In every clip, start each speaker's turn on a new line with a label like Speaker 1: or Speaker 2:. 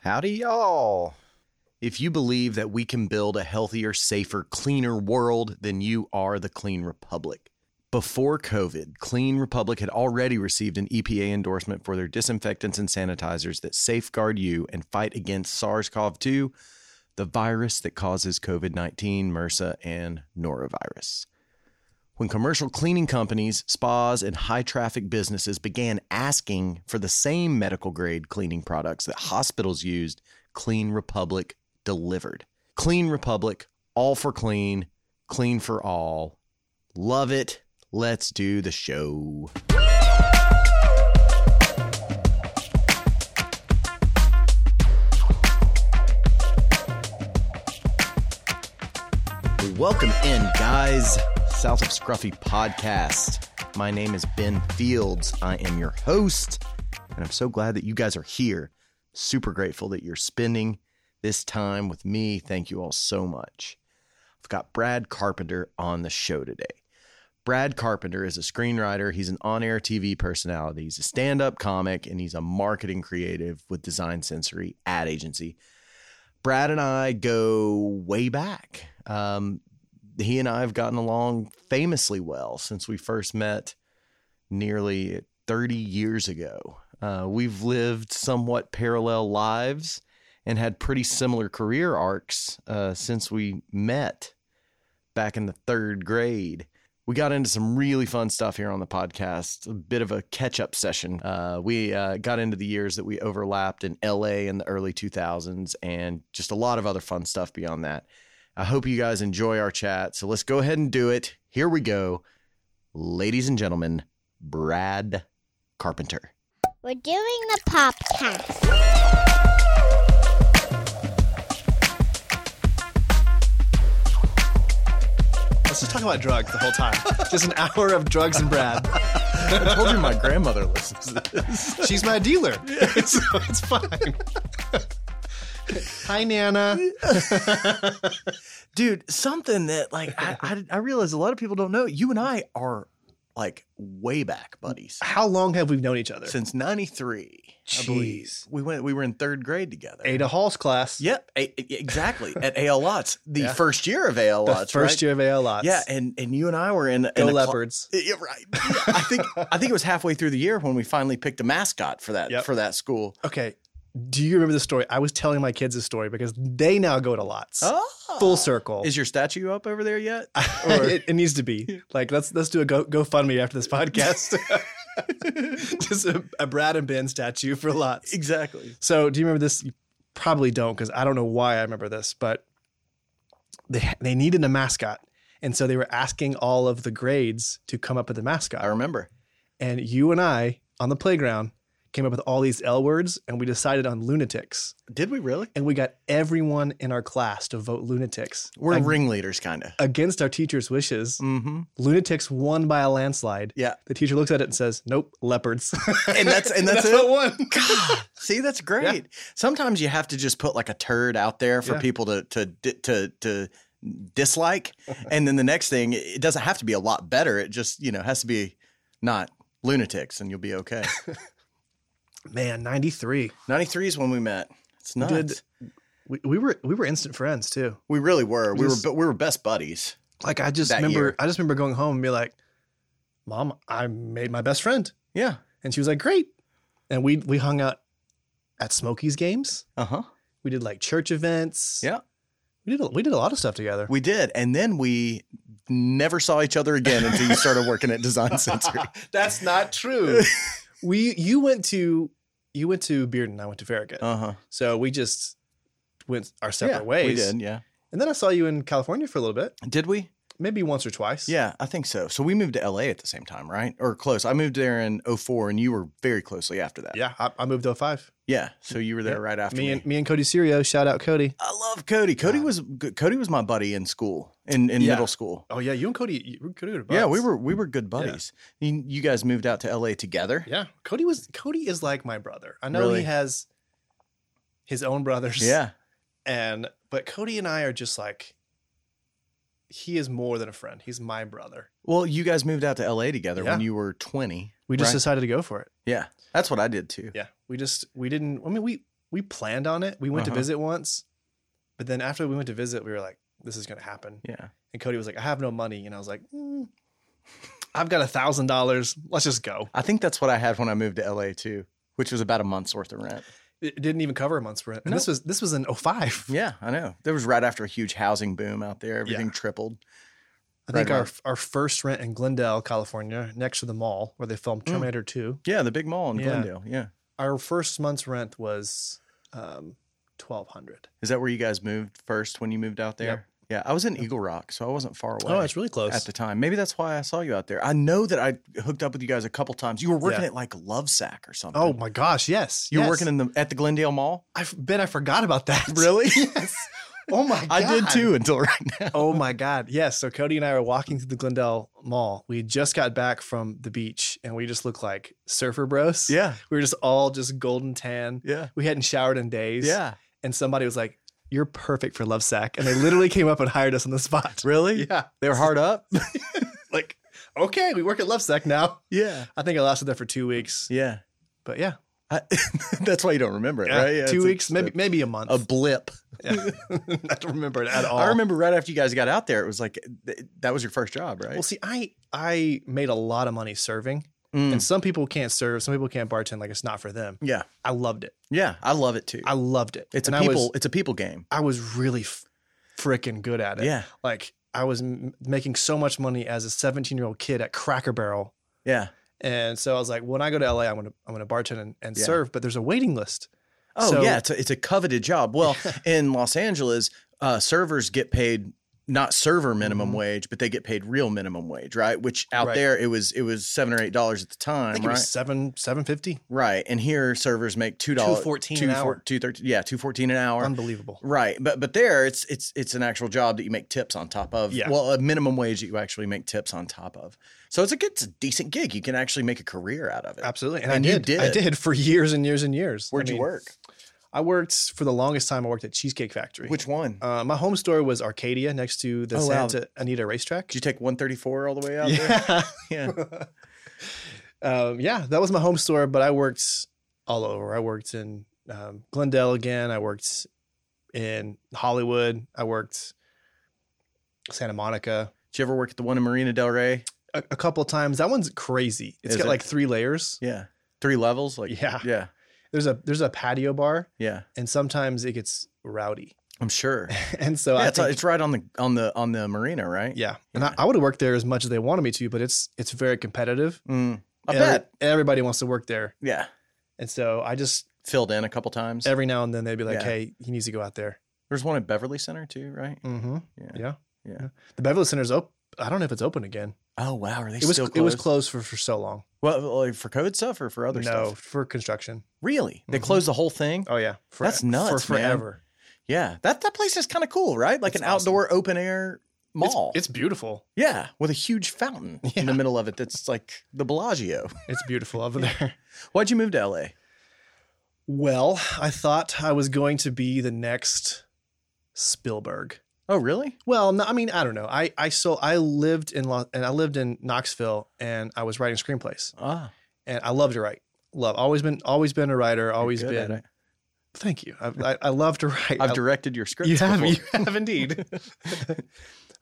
Speaker 1: Howdy, y'all. If you believe that we can build a healthier, safer, cleaner world, then you are the Clean Republic. Before COVID, Clean Republic had already received an EPA endorsement for their disinfectants and sanitizers that safeguard you and fight against SARS CoV 2, the virus that causes COVID 19, MRSA, and norovirus. When commercial cleaning companies, spas, and high traffic businesses began asking for the same medical grade cleaning products that hospitals used, Clean Republic delivered. Clean Republic, all for clean, clean for all. Love it. Let's do the show. Welcome in, guys. South of Scruffy podcast. My name is Ben Fields. I am your host, and I'm so glad that you guys are here. Super grateful that you're spending this time with me. Thank you all so much. I've got Brad Carpenter on the show today. Brad Carpenter is a screenwriter, he's an on air TV personality, he's a stand up comic, and he's a marketing creative with Design Sensory Ad Agency. Brad and I go way back. Um, he and I have gotten along famously well since we first met nearly 30 years ago. Uh, we've lived somewhat parallel lives and had pretty similar career arcs uh, since we met back in the third grade. We got into some really fun stuff here on the podcast, a bit of a catch up session. Uh, we uh, got into the years that we overlapped in LA in the early 2000s and just a lot of other fun stuff beyond that. I hope you guys enjoy our chat. So let's go ahead and do it. Here we go. Ladies and gentlemen, Brad Carpenter.
Speaker 2: We're doing the podcast.
Speaker 3: Let's just talk about drugs the whole time. just an hour of drugs and Brad.
Speaker 1: I told you my grandmother listens to this.
Speaker 3: She's my dealer. so it's fine. Hi, Nana.
Speaker 1: Dude, something that like I, I, I realize a lot of people don't know. You and I are like way back buddies.
Speaker 3: How long have we known each other?
Speaker 1: Since 93, I believe.
Speaker 3: Jeez.
Speaker 1: We went we were in 3rd grade together.
Speaker 3: Ada Hall's class.
Speaker 1: Yep, a- a- exactly. At AL Lots, the
Speaker 3: Yeah.
Speaker 1: first year of AL
Speaker 3: The
Speaker 1: Lots,
Speaker 3: first
Speaker 1: right?
Speaker 3: year of AL Lots.
Speaker 1: Yeah, and and you and I were in
Speaker 3: Go
Speaker 1: in a cla-
Speaker 3: Leopards.
Speaker 1: Yeah, right. I think I think it was halfway through the year when we finally picked a mascot for that
Speaker 3: Yep.
Speaker 1: for that school.
Speaker 3: okay. Do you remember the story? I was telling my kids this story because they now go to Lots.
Speaker 1: Oh.
Speaker 3: Full circle.
Speaker 1: Is your statue up over there yet? or-
Speaker 3: it, it needs to be like let's let's do a go GoFundMe after this podcast. Just a, a Brad and Ben statue for Lots.
Speaker 1: exactly.
Speaker 3: So, do you remember this? You probably don't, because I don't know why I remember this, but they they needed a mascot, and so they were asking all of the grades to come up with a
Speaker 1: I
Speaker 3: mascot.
Speaker 1: remember.
Speaker 3: And you and I on the playground came up with all these L words, and we decided on lunatics,
Speaker 1: Did we really?
Speaker 3: and we got everyone in our class to vote lunatics.
Speaker 1: We're
Speaker 3: Ag-
Speaker 1: ringleaders, kind of.
Speaker 3: against our teacher's wishes.
Speaker 1: Mm-hmm.
Speaker 3: Lunatics won by a landslide.
Speaker 1: Yeah,
Speaker 3: The teacher looks at it and says, "Nope, leopards."
Speaker 1: and that's and that's,
Speaker 3: what
Speaker 1: it.
Speaker 3: won.
Speaker 1: God, see, that's great. Sometimes you have to just put like a turd out there for
Speaker 3: Yeah.
Speaker 1: people to to di- to to dislike, and then the next thing, it doesn't have to be a lot better. It just you know has to be not lunatics, and you'll be okay.
Speaker 3: Man, ninety three.
Speaker 1: Ninety three is when we met. It's nuts.
Speaker 3: Did- We, we were we were instant friends too.
Speaker 1: We really were. We
Speaker 3: Just-
Speaker 1: were we were best buddies.
Speaker 3: Like I just
Speaker 1: that
Speaker 3: remember,
Speaker 1: year.
Speaker 3: I just remember going home and be like, "Mom, I made my best friend,"
Speaker 1: Yeah.
Speaker 3: and she was like, "Great," and we we hung out at Smokies games.
Speaker 1: Uh huh.
Speaker 3: We did like church events.
Speaker 1: Yeah.
Speaker 3: we did a, we did a lot of stuff together.
Speaker 1: We did, and then we never saw each other again until you started working at Design Sensory.
Speaker 3: That's not true. we you went to you went to Bearden, I went to Farragut,
Speaker 1: Uh huh.
Speaker 3: so we just went our separate ways.
Speaker 1: We did. Yeah.
Speaker 3: and then I saw you in California for a little bit,
Speaker 1: Did we?
Speaker 3: maybe once or twice.
Speaker 1: Yeah, I think so. So we moved to LA at the same time, right? Or close. I moved there in 04 and you were very closely after that.
Speaker 3: yeah. I, I moved to 05.
Speaker 1: Yeah. So you were there
Speaker 3: Yeah.
Speaker 1: right after
Speaker 3: Me
Speaker 1: me.
Speaker 3: and me and Cody Sirio, shout out Cody.
Speaker 1: I love Cody. Cody
Speaker 3: God.
Speaker 1: was Cody was my buddy in school, in, in
Speaker 3: Yeah.
Speaker 1: middle school.
Speaker 3: Oh yeah, you and Cody, you, Cody were
Speaker 1: Yeah,
Speaker 3: buds.
Speaker 1: we were we were good buddies. You, you guys moved out to LA together.
Speaker 3: Yeah, Cody was Cody is like my brother. I know
Speaker 1: Really?
Speaker 3: he has his own brothers.
Speaker 1: Yeah.
Speaker 3: and but Cody and I are just like he is more than a friend. He's my brother.
Speaker 1: Well, you guys moved out to LA together when
Speaker 3: Yeah.
Speaker 1: you were 20.
Speaker 3: We just
Speaker 1: Right.
Speaker 3: decided to go for it.
Speaker 1: Yeah. That's what I did too.
Speaker 3: Yeah, we just we didn't. I mean, we we planned on it. We went
Speaker 1: Uh-huh.
Speaker 3: to visit once, but then after we went to visit, we were like, this is going to happen.
Speaker 1: Yeah.
Speaker 3: And Cody was like, I have no money. And I was like, "Mm, I've got a thousand dollars. Let's just go.
Speaker 1: I think that's what I had when I moved to LA too, which was about a month's worth of rent.
Speaker 3: It didn't even cover a month's rent. And
Speaker 1: No.
Speaker 3: this was, this was in 05.
Speaker 1: Yeah, I know. That was right after a huge housing boom out there. Everything tripled.
Speaker 3: I think
Speaker 1: Right
Speaker 3: our,
Speaker 1: on.
Speaker 3: our first rent in Glendale, California, next to the mall where they filmed
Speaker 1: Mm.
Speaker 3: Terminator 2.
Speaker 1: Yeah, the big mall in
Speaker 3: Yeah.
Speaker 1: Glendale. Yeah.
Speaker 3: Our first month's rent was um, 1200
Speaker 1: Is that where you guys moved first when you moved out there? Yeah. I was in Eagle Rock, so I wasn't far away.
Speaker 3: Oh, it's really close.
Speaker 1: at the time. Maybe that's why I saw you out there. I know that I hooked up with you guys a couple times. You were working
Speaker 3: Yeah.
Speaker 1: at like Lovesack or something.
Speaker 3: oh my gosh. Yes.
Speaker 1: you were
Speaker 3: yes.
Speaker 1: working in the at the Glendale Mall.
Speaker 3: I bet I forgot about that.
Speaker 1: Yes.
Speaker 3: Oh my god.
Speaker 1: I did too until right now.
Speaker 3: Oh my god. Yes. So Cody and I were walking through the Glendale Mall. We just got back from the beach and we just looked like surfer bros.
Speaker 1: Yeah.
Speaker 3: We were just all just golden tan.
Speaker 1: Yeah.
Speaker 3: We hadn't showered in days.
Speaker 1: Yeah.
Speaker 3: And somebody was like, You're perfect for Love Sack. And they literally came up and hired us on the spot.
Speaker 1: Really?
Speaker 3: Yeah.
Speaker 1: They were hard up?
Speaker 3: Like, okay, we work at Love Sack now.
Speaker 1: Yeah.
Speaker 3: I think I lasted there for two weeks.
Speaker 1: Yeah.
Speaker 3: But yeah.
Speaker 1: I, that's why you don't remember it,
Speaker 3: Yeah,
Speaker 1: right? Yeah,
Speaker 3: two
Speaker 1: it's a-
Speaker 3: weeks, maybe maybe a month.
Speaker 1: a blip.
Speaker 3: Yeah. I don't remember it at all.
Speaker 1: I remember right after you guys got out there, it was like th- that was your first job, right?
Speaker 3: Well, see, I I made a lot of money serving.
Speaker 1: Mm.
Speaker 3: And some people can't serve, some people can't bartend, like it's not for them.
Speaker 1: yeah,
Speaker 3: I loved it.
Speaker 1: yeah, I love it too.
Speaker 3: I loved it.
Speaker 1: it's a
Speaker 3: and
Speaker 1: people,
Speaker 3: I was,
Speaker 1: it's a people game.
Speaker 3: I was really f- freaking good at it.
Speaker 1: Yeah,
Speaker 3: Like I was m- making so much money as a 17 year old kid at Cracker Barrel.
Speaker 1: yeah.
Speaker 3: And so I was like, when I go to LA, I'm going to, I'm going to bartend and, and
Speaker 1: Yeah.
Speaker 3: serve, but there's a waiting list.
Speaker 1: Oh
Speaker 3: So-
Speaker 1: yeah, it's a, it's a coveted job. Well, in Los Angeles, uh, servers get paid not server minimum
Speaker 3: Mhm.
Speaker 1: wage, but they get paid real minimum wage, right? Which out
Speaker 3: Right.
Speaker 1: there it was it was seven or eight dollars at the
Speaker 3: I
Speaker 1: time,
Speaker 3: think
Speaker 1: right?
Speaker 3: it was seven, 750.
Speaker 1: right, and here servers make two dollars,
Speaker 3: $2.14 an hour.
Speaker 1: two thirteen, yeah, two fourteen an hour.
Speaker 3: Unbelievable.
Speaker 1: Right, but but there it's it's it's an actual job that you make tips on top of.
Speaker 3: Yeah.
Speaker 1: Well, a minimum wage that you actually make tips on top of. So it's a good, it's a decent gig. You can actually make a career out of it.
Speaker 3: Absolutely. And,
Speaker 1: And
Speaker 3: I
Speaker 1: you
Speaker 3: did. I
Speaker 1: did.
Speaker 3: did for years and years and years.
Speaker 1: Where'd
Speaker 3: I
Speaker 1: you
Speaker 3: mean,
Speaker 1: work?
Speaker 3: I worked for the longest time. I worked at Cheesecake Factory.
Speaker 1: Which one?
Speaker 3: uh, my home store was Arcadia next to the
Speaker 1: Oh, wow.
Speaker 3: Santa Anita racetrack.
Speaker 1: Did you take 134 all the way out there?
Speaker 3: yeah.
Speaker 1: Yeah.
Speaker 3: um, yeah, that was my home store, but I worked all over. I worked in um, Glendale again. I worked in Hollywood. I worked Santa Monica
Speaker 1: Did you ever work at the one in Marina Del Rey?
Speaker 3: a, a couple of times. That one's crazy. It's
Speaker 1: Is
Speaker 3: got
Speaker 1: it?
Speaker 3: like three layers.
Speaker 1: Yeah. Three levels? Like
Speaker 3: Yeah.
Speaker 1: Yeah.
Speaker 3: There's a there's a patio bar,
Speaker 1: Yeah.
Speaker 3: and sometimes it gets rowdy.
Speaker 1: I'm sure.
Speaker 3: And so
Speaker 1: yeah,
Speaker 3: I
Speaker 1: it's,
Speaker 3: think,
Speaker 1: it's right on the on the on the marina, right?
Speaker 3: yeah, and I, I would have worked there as much as they wanted me to, but it's it's very competitive.
Speaker 1: Mm, I
Speaker 3: And every-
Speaker 1: bet.
Speaker 3: everybody wants to work there,
Speaker 1: Yeah.
Speaker 3: and so I just
Speaker 1: Filled in a couple times.
Speaker 3: every now and then they'd be like,
Speaker 1: Yeah.
Speaker 3: "Hey, he needs to go out there."
Speaker 1: There's one at Beverly Center too, right?
Speaker 3: Mm-hmm.
Speaker 1: Yeah.
Speaker 3: Yeah.
Speaker 1: Yeah.
Speaker 3: The Beverly Center's open. I don't know if it's open again.
Speaker 1: Oh wow, are they
Speaker 3: It was
Speaker 1: still closed?
Speaker 3: it was closed for, for so long.
Speaker 1: Well, like for code stuff or for other
Speaker 3: no,
Speaker 1: stuff?
Speaker 3: for construction.
Speaker 1: Really? They
Speaker 3: Mhm.
Speaker 1: closed the whole thing?
Speaker 3: Oh yeah, for,
Speaker 1: That's
Speaker 3: For
Speaker 1: nuts, man.
Speaker 3: forever.
Speaker 1: Yeah. That that place is kind of cool, right? Like
Speaker 3: It's
Speaker 1: an
Speaker 3: awesome.
Speaker 1: outdoor open air
Speaker 3: It's-
Speaker 1: mall.
Speaker 3: It's, beautiful.
Speaker 1: yeah, with a huge fountain in the middle of it that's like the Bellagio.
Speaker 3: It's beautiful over there.
Speaker 1: Why'd you move to LA?
Speaker 3: Well, I thought I was going to be the next Spielberg.
Speaker 1: Oh, really?
Speaker 3: Well, no, I mean, I don't know. I I so I lived in Los, and I lived in Knoxville, and I was writing screenplays,
Speaker 1: Ah,
Speaker 3: and I loved to write. Love always been always been a writer.
Speaker 1: you're
Speaker 3: Always
Speaker 1: good at
Speaker 3: been.
Speaker 1: it.
Speaker 3: Thank you. I, I, I love to write.
Speaker 1: I've
Speaker 3: I-
Speaker 1: directed your scripts.
Speaker 3: you have
Speaker 1: before.
Speaker 3: you have indeed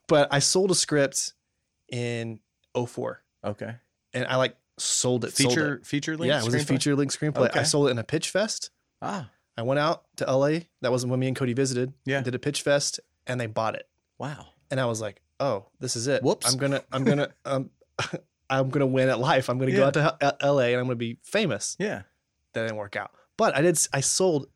Speaker 3: but i sold a script in 04
Speaker 1: Okay.
Speaker 3: and i like sold it sold
Speaker 1: Feature
Speaker 3: it.
Speaker 1: feature link.
Speaker 3: yeah it was a
Speaker 1: screenplay?
Speaker 3: feature link screenplay i
Speaker 1: Okay.
Speaker 3: sold it in a pitch fest
Speaker 1: Ah,
Speaker 3: i went out to la that wasn't when me and cody visited
Speaker 1: Yeah.
Speaker 3: did a pitch fest and they bought it
Speaker 1: wow.
Speaker 3: and i was like oh this is it
Speaker 1: Whoops.
Speaker 3: i'm gonna i'm gonna um i'm gonna win at life i'm gonna go
Speaker 1: Yeah.
Speaker 3: out to H- la and i'm gonna be famous
Speaker 1: Yeah.
Speaker 3: that didn't work out but i did s- i sold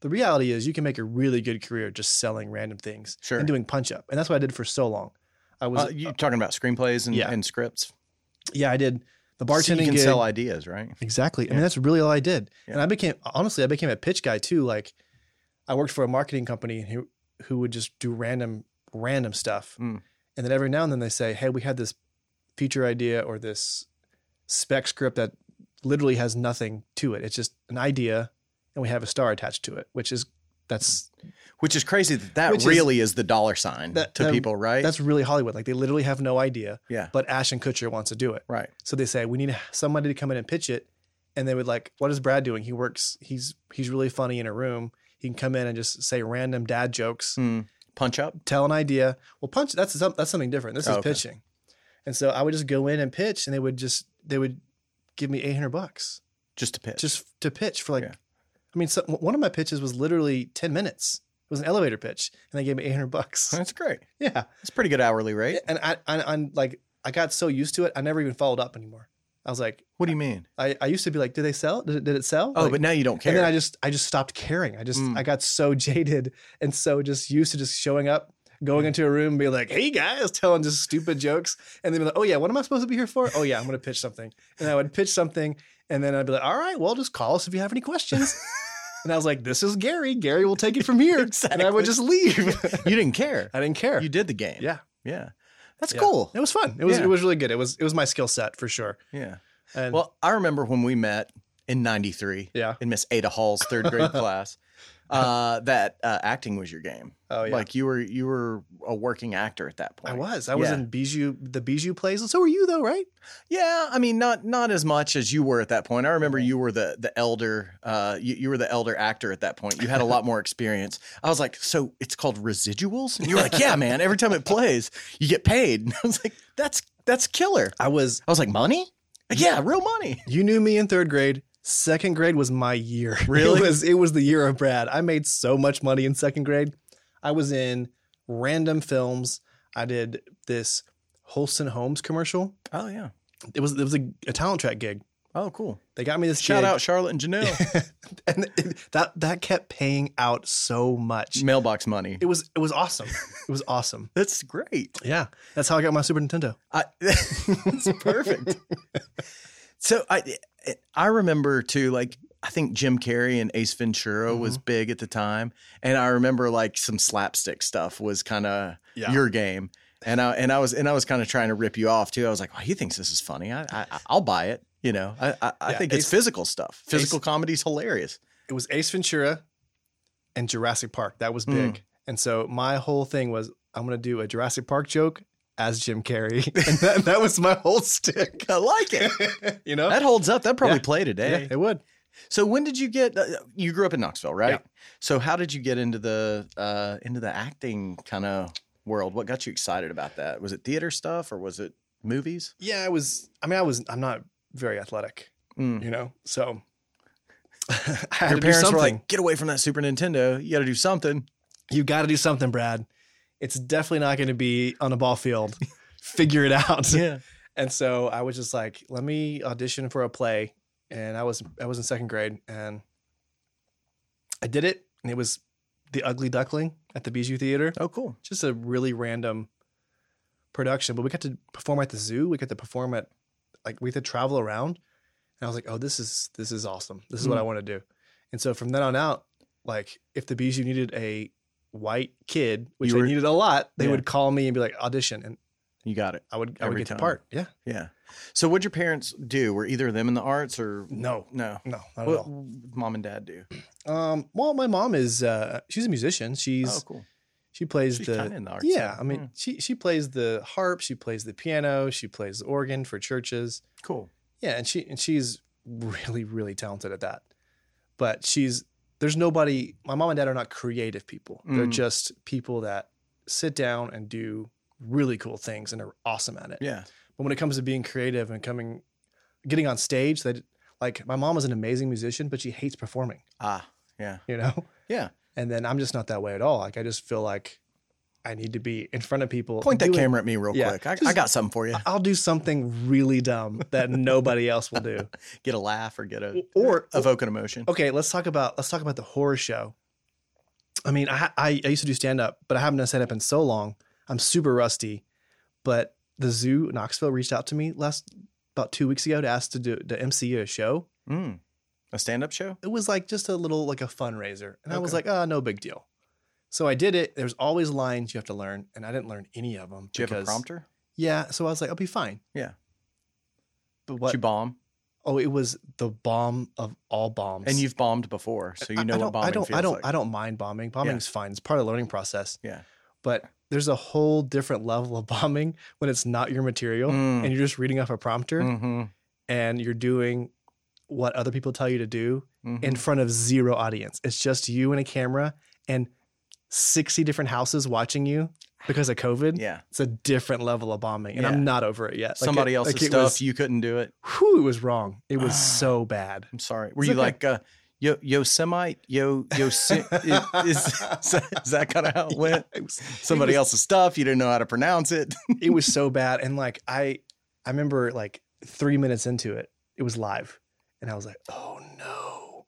Speaker 3: the reality is you can make a really good career just selling random things
Speaker 1: Sure.
Speaker 3: and doing punch up. And that's what I did for so long. I was
Speaker 1: Uh, you talking about screenplays and,
Speaker 3: Yeah.
Speaker 1: and scripts?
Speaker 3: yeah, I did the
Speaker 1: So you
Speaker 3: bartending
Speaker 1: can
Speaker 3: gig.
Speaker 1: sell ideas, right?
Speaker 3: exactly. I
Speaker 1: Yeah.
Speaker 3: mean, that's really all I did.
Speaker 1: Yeah.
Speaker 3: And I became honestly, I became a pitch guy too. Like I worked for a marketing company who who would just do random random stuff.
Speaker 1: Mm.
Speaker 3: And then every now and then they say, "Hey, we had this feature idea or this spec script that literally has nothing to it. It's just an idea and we have a star attached to it, which is that's
Speaker 1: Which is crazy that that
Speaker 3: Which is-
Speaker 1: really is, the dollar sign
Speaker 3: That-
Speaker 1: to
Speaker 3: that-
Speaker 1: people, right?
Speaker 3: that's really Hollywood. Like they literally have no idea,
Speaker 1: yeah.
Speaker 3: but Ashton Kutcher wants to do it.
Speaker 1: Right.
Speaker 3: So they say, we need somebody to come in and pitch it. and they would like, what is Brad doing? He works. He's he's really funny in a room. He can come in and just say random dad jokes,
Speaker 1: Hmm. Punch up.
Speaker 3: tell an idea. Well, punch. That's some- that's something different. This
Speaker 1: Oh,
Speaker 3: is
Speaker 1: okay.
Speaker 3: pitching, and so I would just go in and pitch, and they would just they would give me eight hundred bucks
Speaker 1: Just to pitch.
Speaker 3: just to pitch for like.
Speaker 1: Yeah.
Speaker 3: I mean, so one of my pitches was literally ten minutes. It was an elevator pitch, and they gave me eight hundred bucks.
Speaker 1: that's great.
Speaker 3: yeah,
Speaker 1: It's pretty good hourly rate.
Speaker 3: and I, I, I'm like, I got so used to it, I never even followed up anymore. I was like,
Speaker 1: What do you mean?
Speaker 3: I, I used to be like, did they sell? Did it, did it sell?
Speaker 1: Oh,
Speaker 3: Like,
Speaker 1: but now you don't care.
Speaker 3: and then I just, I just stopped caring. I just,
Speaker 1: Mm.
Speaker 3: I got so jaded and so just used to just showing up, going into a room, and being like, hey guys, telling just stupid jokes, and then be like, oh yeah, what am I supposed to be here for? Oh yeah, I'm gonna pitch something, and I would pitch something, and then I'd be like, all right, well, just call us if you have any questions. and I was like, this is Gary. Gary will take it from here, and I
Speaker 1: Exactly.
Speaker 3: would just leave.
Speaker 1: you didn't care.
Speaker 3: I didn't care.
Speaker 1: You did the game.
Speaker 3: Yeah.
Speaker 1: Yeah. That's
Speaker 3: Yeah.
Speaker 1: cool.
Speaker 3: It was fun. It was
Speaker 1: Yeah.
Speaker 3: it was really good. It was it was my skill set for sure.
Speaker 1: Yeah.
Speaker 3: And
Speaker 1: Well, I remember when we met in 93
Speaker 3: yeah.
Speaker 1: in Miss Ada Hall's third grade class, uh, that uh, acting was your game.
Speaker 3: Oh yeah.
Speaker 1: Like you were you were a working actor at that
Speaker 3: I
Speaker 1: point.
Speaker 3: was. I was
Speaker 1: Yeah.
Speaker 3: in Bijou the Bijou plays. So were you though, right?
Speaker 1: Yeah, I mean not not as much as you were at that point. I remember you were the the elder uh you, you were the elder actor at that point. You had a lot more experience. I was like, "So it's called residuals?" And you were like, "Yeah, man, every time it plays, you get paid." And I was like, "That's that's killer."
Speaker 3: I was
Speaker 1: I was like, "Money?" Yeah, real money.
Speaker 3: you knew me in third grade. Second grade was my year.
Speaker 1: Really?
Speaker 3: It was it was the year of Brad. I made so much money in second grade. I was in random films. I did this Holston Homes commercial.
Speaker 1: Oh yeah.
Speaker 3: It was it was a, a talent track gig.
Speaker 1: Oh cool.
Speaker 3: They got me this
Speaker 1: Shout
Speaker 3: gig,
Speaker 1: out Charlotte and Janelle.
Speaker 3: and it- that that kept paying out so much.
Speaker 1: Mailbox money.
Speaker 3: It was it was awesome. It was awesome.
Speaker 1: That's great.
Speaker 3: Yeah, that's how I got my Super Nintendo.
Speaker 1: I, that's perfect. so I I remember too, like I think Jim Carrey and Ace Ventura
Speaker 3: Mm-hmm.
Speaker 1: was big at the time, and I remember like some slapstick stuff was kind of
Speaker 3: Yeah.
Speaker 1: your game, and I and I was and I was kind of trying to rip you off too. I was like, well, he thinks this is funny. I, I I'll buy it. You know, I I, I
Speaker 3: Yeah,
Speaker 1: think it's
Speaker 3: Ace-
Speaker 1: physical stuff. Physical
Speaker 3: Ace-
Speaker 1: comedy's hilarious.
Speaker 3: it was Ace Ventura and Jurassic Park. That was big.
Speaker 1: Hmm.
Speaker 3: And so my whole thing was I'm gonna do a Jurassic Park joke as Jim Carrey. And that, that was my whole stick.
Speaker 1: I like it.
Speaker 3: you know?
Speaker 1: that holds up. That probably
Speaker 3: Yeah.
Speaker 1: play today.
Speaker 3: Yeah, it would.
Speaker 1: So when did you get? Uh, you grew up in Knoxville, right?
Speaker 3: Yeah.
Speaker 1: So how did you get into the uh, into the acting kind of world? What got you excited about that? Was it theater stuff or was it movies?
Speaker 3: Yeah, I was I mean, I was I'm not very athletic,
Speaker 1: Mm.
Speaker 3: you know. So I had
Speaker 1: Your
Speaker 3: to do
Speaker 1: parents were
Speaker 3: something.
Speaker 1: like, "Get away from that Super Nintendo! You got to do something."
Speaker 3: you gotta do something, Brad. It's definitely not gonna be on a ball field. Figure it out. And so I was just like, let me audition for a play. And I was I was in second grade and I did it. And it was The Ugly Duckling at the Bijou Theater.
Speaker 1: Oh, cool.
Speaker 3: Just a really random production. But we got to perform at the zoo. We got to perform at like we had to travel around. And I was like, oh, this is this is awesome. This is what
Speaker 1: Mm.
Speaker 3: I want to do. And so from then on out, like if the Bijou needed a white kid, which
Speaker 1: You
Speaker 3: they
Speaker 1: were-
Speaker 3: needed a lot, they
Speaker 1: Yeah.
Speaker 3: would call me and be like, audition. And
Speaker 1: You got it.
Speaker 3: I would I would
Speaker 1: Every
Speaker 3: get
Speaker 1: time.
Speaker 3: the part. Yeah.
Speaker 1: Yeah. So what'd your parents do? Were either of them in the arts or
Speaker 3: No.
Speaker 1: no?
Speaker 3: No, not at
Speaker 1: What
Speaker 3: all.
Speaker 1: did mom and dad do?
Speaker 3: Um, well, my mom is uh, she's a musician. She's
Speaker 1: oh, cool.
Speaker 3: she plays
Speaker 1: She's
Speaker 3: the
Speaker 1: kind of in the arts.
Speaker 3: yeah. I
Speaker 1: Hmm.
Speaker 3: mean, she she plays the harp. She plays the piano. She plays the organ for churches.
Speaker 1: cool.
Speaker 3: Yeah, and she and she's really really talented at that. But she's there's nobody. My mom and dad are not creative people. They're
Speaker 1: Mm.
Speaker 3: just people that sit down and do really cool things and are awesome at it.
Speaker 1: Yeah.
Speaker 3: But when it comes to being creative and coming, getting on stage, that like my mom is an amazing musician, but she hates performing.
Speaker 1: Ah. Yeah.
Speaker 3: You know.
Speaker 1: Yeah.
Speaker 3: And then I'm just not that way at all. Like I just feel like I need to be in front of people.
Speaker 1: Point that
Speaker 3: doing-
Speaker 1: camera at me real
Speaker 3: Yeah.
Speaker 1: quick. I, I
Speaker 3: Just- Uh,
Speaker 1: got something for you.
Speaker 3: I'll do something really dumb that nobody else will do.
Speaker 1: Get a laugh or get a
Speaker 3: Or
Speaker 1: evoke an emotion.
Speaker 3: okay, let's talk about let's talk about the horror show. I mean, I I, I used to do stand up, but I haven't done stand up in so long. I'm super rusty. But the zoo Knoxville reached out to me last about two weeks ago to ask to do to MC a show.
Speaker 1: Mm. A stand up show?
Speaker 3: it was like just a little like a fundraiser and i was
Speaker 1: Okay.
Speaker 3: like ah no big deal so i did it there's always lines you have to learn and i didn't learn any of them
Speaker 1: Do you have a prompter?
Speaker 3: yeah so i was like i'll be fine
Speaker 1: Yeah.
Speaker 3: but
Speaker 1: Did
Speaker 3: what
Speaker 1: you bomb?
Speaker 3: oh it was the bomb of all bombs
Speaker 1: And you've bombed before, so you know
Speaker 3: I,
Speaker 1: what
Speaker 3: I don't,
Speaker 1: bombing
Speaker 3: i don't
Speaker 1: feels
Speaker 3: i don't
Speaker 1: like.
Speaker 3: i don't mind bombing bombing's fine it's part of the learning process
Speaker 1: Yeah.
Speaker 3: but there's a whole different level of bombing when it's not your material
Speaker 1: Mm. Mm-hmm.
Speaker 3: and you're just reading off a prompter
Speaker 1: Mhm.
Speaker 3: and you're doing what other people tell you to do
Speaker 1: Mhm.
Speaker 3: in front of zero audience. It's just you and a camera and 60 different houses watching you because of COVID.
Speaker 1: yeah.
Speaker 3: It's a different level of bombing. And
Speaker 1: Yeah.
Speaker 3: I'm not over it yet. Like,
Speaker 1: Somebody
Speaker 3: it-
Speaker 1: else's
Speaker 3: like, it
Speaker 1: stuff.
Speaker 3: was-
Speaker 1: you couldn't do it.
Speaker 3: whew, it was wrong. It was so bad.
Speaker 1: I'm sorry. Were
Speaker 3: It's
Speaker 1: you
Speaker 3: okay.
Speaker 1: like uh, yo Yosemite? Yo yo si- is, is, is that kind of how it went?
Speaker 3: It was,
Speaker 1: Somebody
Speaker 3: was-
Speaker 1: else's stuff. You didn't know how to pronounce it.
Speaker 3: it was so bad. And like I I remember like three minutes into it, it was live. And I was like, oh no.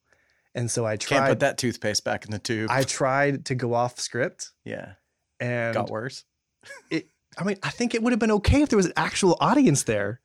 Speaker 3: And so I
Speaker 1: Can't put
Speaker 3: tried
Speaker 1: that toothpaste back in the tube.
Speaker 3: I tried to go off script
Speaker 1: yeah,
Speaker 3: and
Speaker 1: got worse.
Speaker 3: I mean, I think it would have been okay if there was an actual audience there,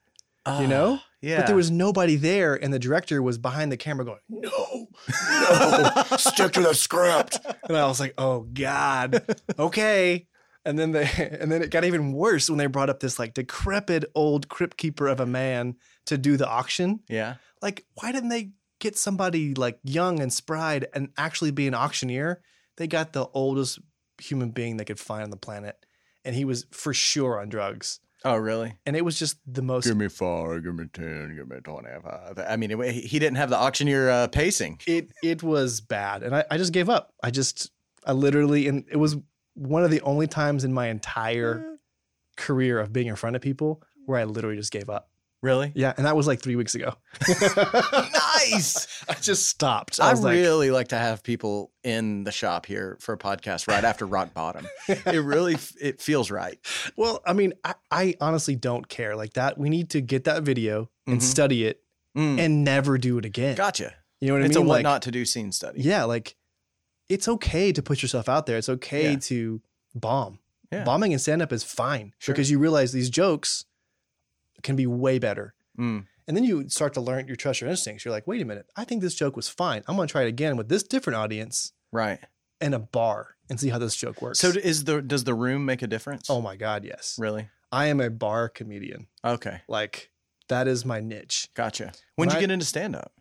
Speaker 3: you know?
Speaker 1: Ah, yeah.
Speaker 3: But there was nobody there, and the director was behind the camera going, "No,
Speaker 4: Stick to the script.
Speaker 3: and I was like, "Oh God, okay." And then they, and then it got even worse when they brought up this like decrepit old crypt keeper of a man to do the auction.
Speaker 1: yeah.
Speaker 3: Like, why didn't they get somebody like young and spry and actually be an auctioneer? They got the oldest human being they could find on the planet, and he was for sure on drugs.
Speaker 1: Oh really?
Speaker 3: And it was just the most
Speaker 1: Give me four. Give me ten. Give me twenty-five. I mean, it, he didn't have the auctioneer uh, pacing.
Speaker 3: it it was bad and I, I just gave up i just i literally and it was one of the only times in my
Speaker 1: Mm.
Speaker 3: entire career of being in front of people where i literally just gave up
Speaker 1: Really?
Speaker 3: yeah and that was like three weeks ago
Speaker 1: Nice.
Speaker 3: i just stopped i
Speaker 1: I,
Speaker 3: was like
Speaker 1: really like to have people in the shop here for a podcast right after rock bottom. it really f- it feels right.
Speaker 3: well i mean I, I honestly don't care like that we need to get that video and
Speaker 1: Mhm.
Speaker 3: study it
Speaker 1: Mm.
Speaker 3: and never do it again
Speaker 1: Gotcha.
Speaker 3: you know what
Speaker 1: It's
Speaker 3: i
Speaker 1: a
Speaker 3: mean
Speaker 1: what
Speaker 3: Like,
Speaker 1: not to do scene study.
Speaker 3: yeah like it's okay to put yourself out there it's okay
Speaker 1: Yeah.
Speaker 3: to bomb
Speaker 1: Yeah.
Speaker 3: bombing and stand up is fine
Speaker 1: Sure.
Speaker 3: because you realize these jokes can be way better
Speaker 1: Mm.
Speaker 3: and then you start to learn your trust your instincts you're like wait a minute i think this joke was fine i'm going to try it again with this different audience
Speaker 1: Right.
Speaker 3: and a bar and see how this joke works
Speaker 1: So d- is the does the room make a difference?
Speaker 3: oh my god yes
Speaker 1: really?
Speaker 3: i am a bar comedian
Speaker 1: Okay.
Speaker 3: like that is my niche
Speaker 1: Gotcha. When'd
Speaker 3: When
Speaker 1: you
Speaker 3: I-
Speaker 1: get into stand up?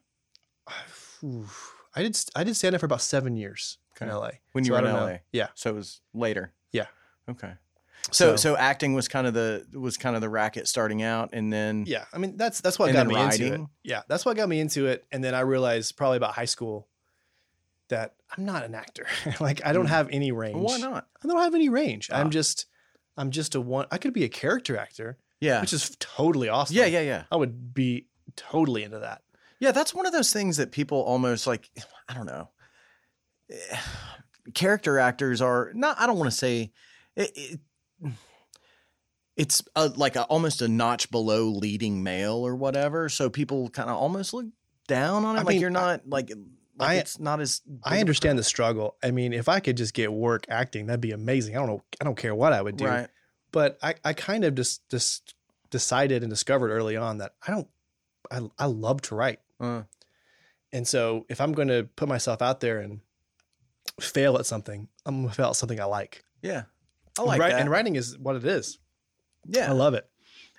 Speaker 3: Oof. i did i did stand up for about seven years in
Speaker 1: Okay.
Speaker 3: la
Speaker 1: When you
Speaker 3: So
Speaker 1: were
Speaker 3: I
Speaker 1: in
Speaker 3: don't know.
Speaker 1: LA.
Speaker 3: yeah
Speaker 1: So it was later.
Speaker 3: Yeah.
Speaker 1: Okay. So, so
Speaker 3: So-
Speaker 1: acting was kind of the was kind of the racket starting out, and then
Speaker 3: Yeah, I mean that's that's what
Speaker 1: And
Speaker 3: got
Speaker 1: then
Speaker 3: me into it.
Speaker 1: riding.
Speaker 3: Yeah, that's what got me into it, and then I realized probably about high school that I'm not an actor. like I don't
Speaker 1: Mm.
Speaker 3: have any range.
Speaker 1: why not?
Speaker 3: I don't have any range.
Speaker 1: Ah.
Speaker 3: I'm just I'm just a one. I could be a character actor,
Speaker 1: Yeah.
Speaker 3: which is totally awesome.
Speaker 1: Yeah. Yeah. Yeah.
Speaker 3: I would be totally into that.
Speaker 1: Yeah, that's one of those things that people almost like, I don't know. Eh, Character actors are not, I don't want to say it, it- it's a, like a, almost a notch below leading male or whatever. So people kind of almost look down on it.
Speaker 3: I
Speaker 1: like
Speaker 3: mean,
Speaker 1: you're not like, like
Speaker 3: I-
Speaker 1: it's not as.
Speaker 3: I understand the struggle. I mean, if I could just get work acting, that'd be amazing. I don't know. I don't care what I would do.
Speaker 1: Right.
Speaker 3: but I, I kind of just just decided and discovered early on that I don't I, I love to write.
Speaker 1: Uh.
Speaker 3: And so if I'm going to put myself out there and fail at something, I'm going to fail at something I like.
Speaker 1: Yeah. I like
Speaker 3: Wri-
Speaker 1: that.
Speaker 3: And writing is what it is.
Speaker 1: yeah.
Speaker 3: I love it.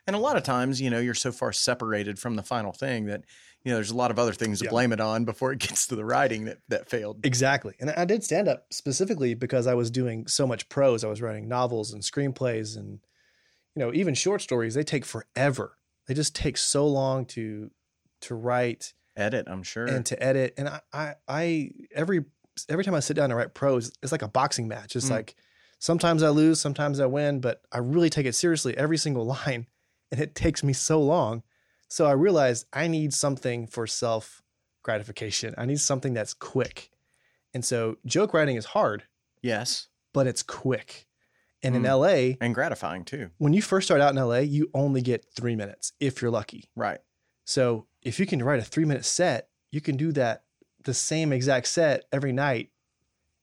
Speaker 1: And a lot of times, you know, you're so far separated from the final thing that, you know, there's a lot of other things to
Speaker 3: Yeah.
Speaker 1: blame it on before it gets to the writing that, that failed.
Speaker 3: Exactly. And I did stand up specifically because I was doing so much prose. I was writing novels and screenplays and, you know, even short stories. They take forever. They just take so long to to write
Speaker 1: Edit, I'm sure.
Speaker 3: and to edit. And I, I, I every every time I sit down and write prose, it's like a boxing match. It's
Speaker 1: Mm.
Speaker 3: like sometimes I lose, sometimes I win, but I really take it seriously every single line, and it takes me so long. So I realized I need something for self gratification. I need something that's quick. And so joke writing is hard,
Speaker 1: yes.
Speaker 3: but it's quick. And in
Speaker 1: Mm.
Speaker 3: LA,
Speaker 1: and gratifying too.
Speaker 3: when you first start out in LA, you only get three minutes if you're lucky.
Speaker 1: Right.
Speaker 3: So if you can write a three minute set, you can do that the same exact set every night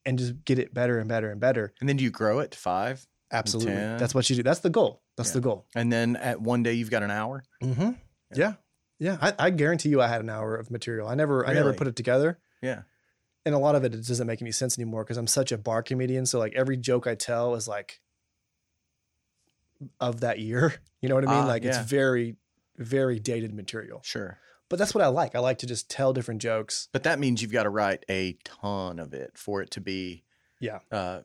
Speaker 3: and just get it better and better and better.
Speaker 1: And then you grow it to five,
Speaker 3: Absolutely.
Speaker 1: Ten.
Speaker 3: That's what you do. That's the goal. That's
Speaker 1: Yeah.
Speaker 3: the goal.
Speaker 1: and then at one day you've got an hour.
Speaker 3: Mm-hmm. Yeah. Yeah. I, I guarantee you I had an hour of material. I never, I never
Speaker 1: Really?
Speaker 3: put it together.
Speaker 1: Yeah.
Speaker 3: And a lot of it, it doesn't make any sense anymore because I'm such a bar comedian. So like every joke I tell is like of that year. You know what I mean?
Speaker 1: Ah,
Speaker 3: like
Speaker 1: yeah.
Speaker 3: it's very, very dated material.
Speaker 1: Sure.
Speaker 3: But that's what I like. I like to just tell different jokes.
Speaker 1: But that means you've got to write a ton of it for it to be.
Speaker 3: Yeah.
Speaker 1: Uh,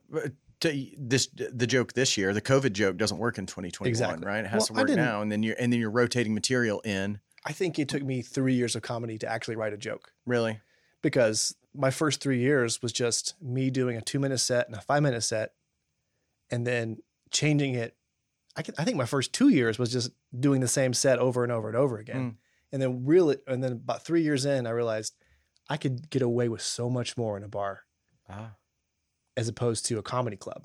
Speaker 1: to this the joke this year, the COVID joke doesn't work in 2021,
Speaker 3: Exactly.
Speaker 1: right? It has
Speaker 3: Well,
Speaker 1: to
Speaker 3: I
Speaker 1: work
Speaker 3: didn't-
Speaker 1: now, and then you're and then you're rotating material in.
Speaker 3: I think it took me three years of comedy to actually write a joke
Speaker 1: Really?
Speaker 3: because my first three years was just me doing a two minute set and a five minute set and then changing it. I, can, I think my first two years was just doing the same set over and over and over again. And then really, and then about three years in, I realized I could get away with so much more in a bar
Speaker 1: Ah.
Speaker 3: as opposed to a comedy club.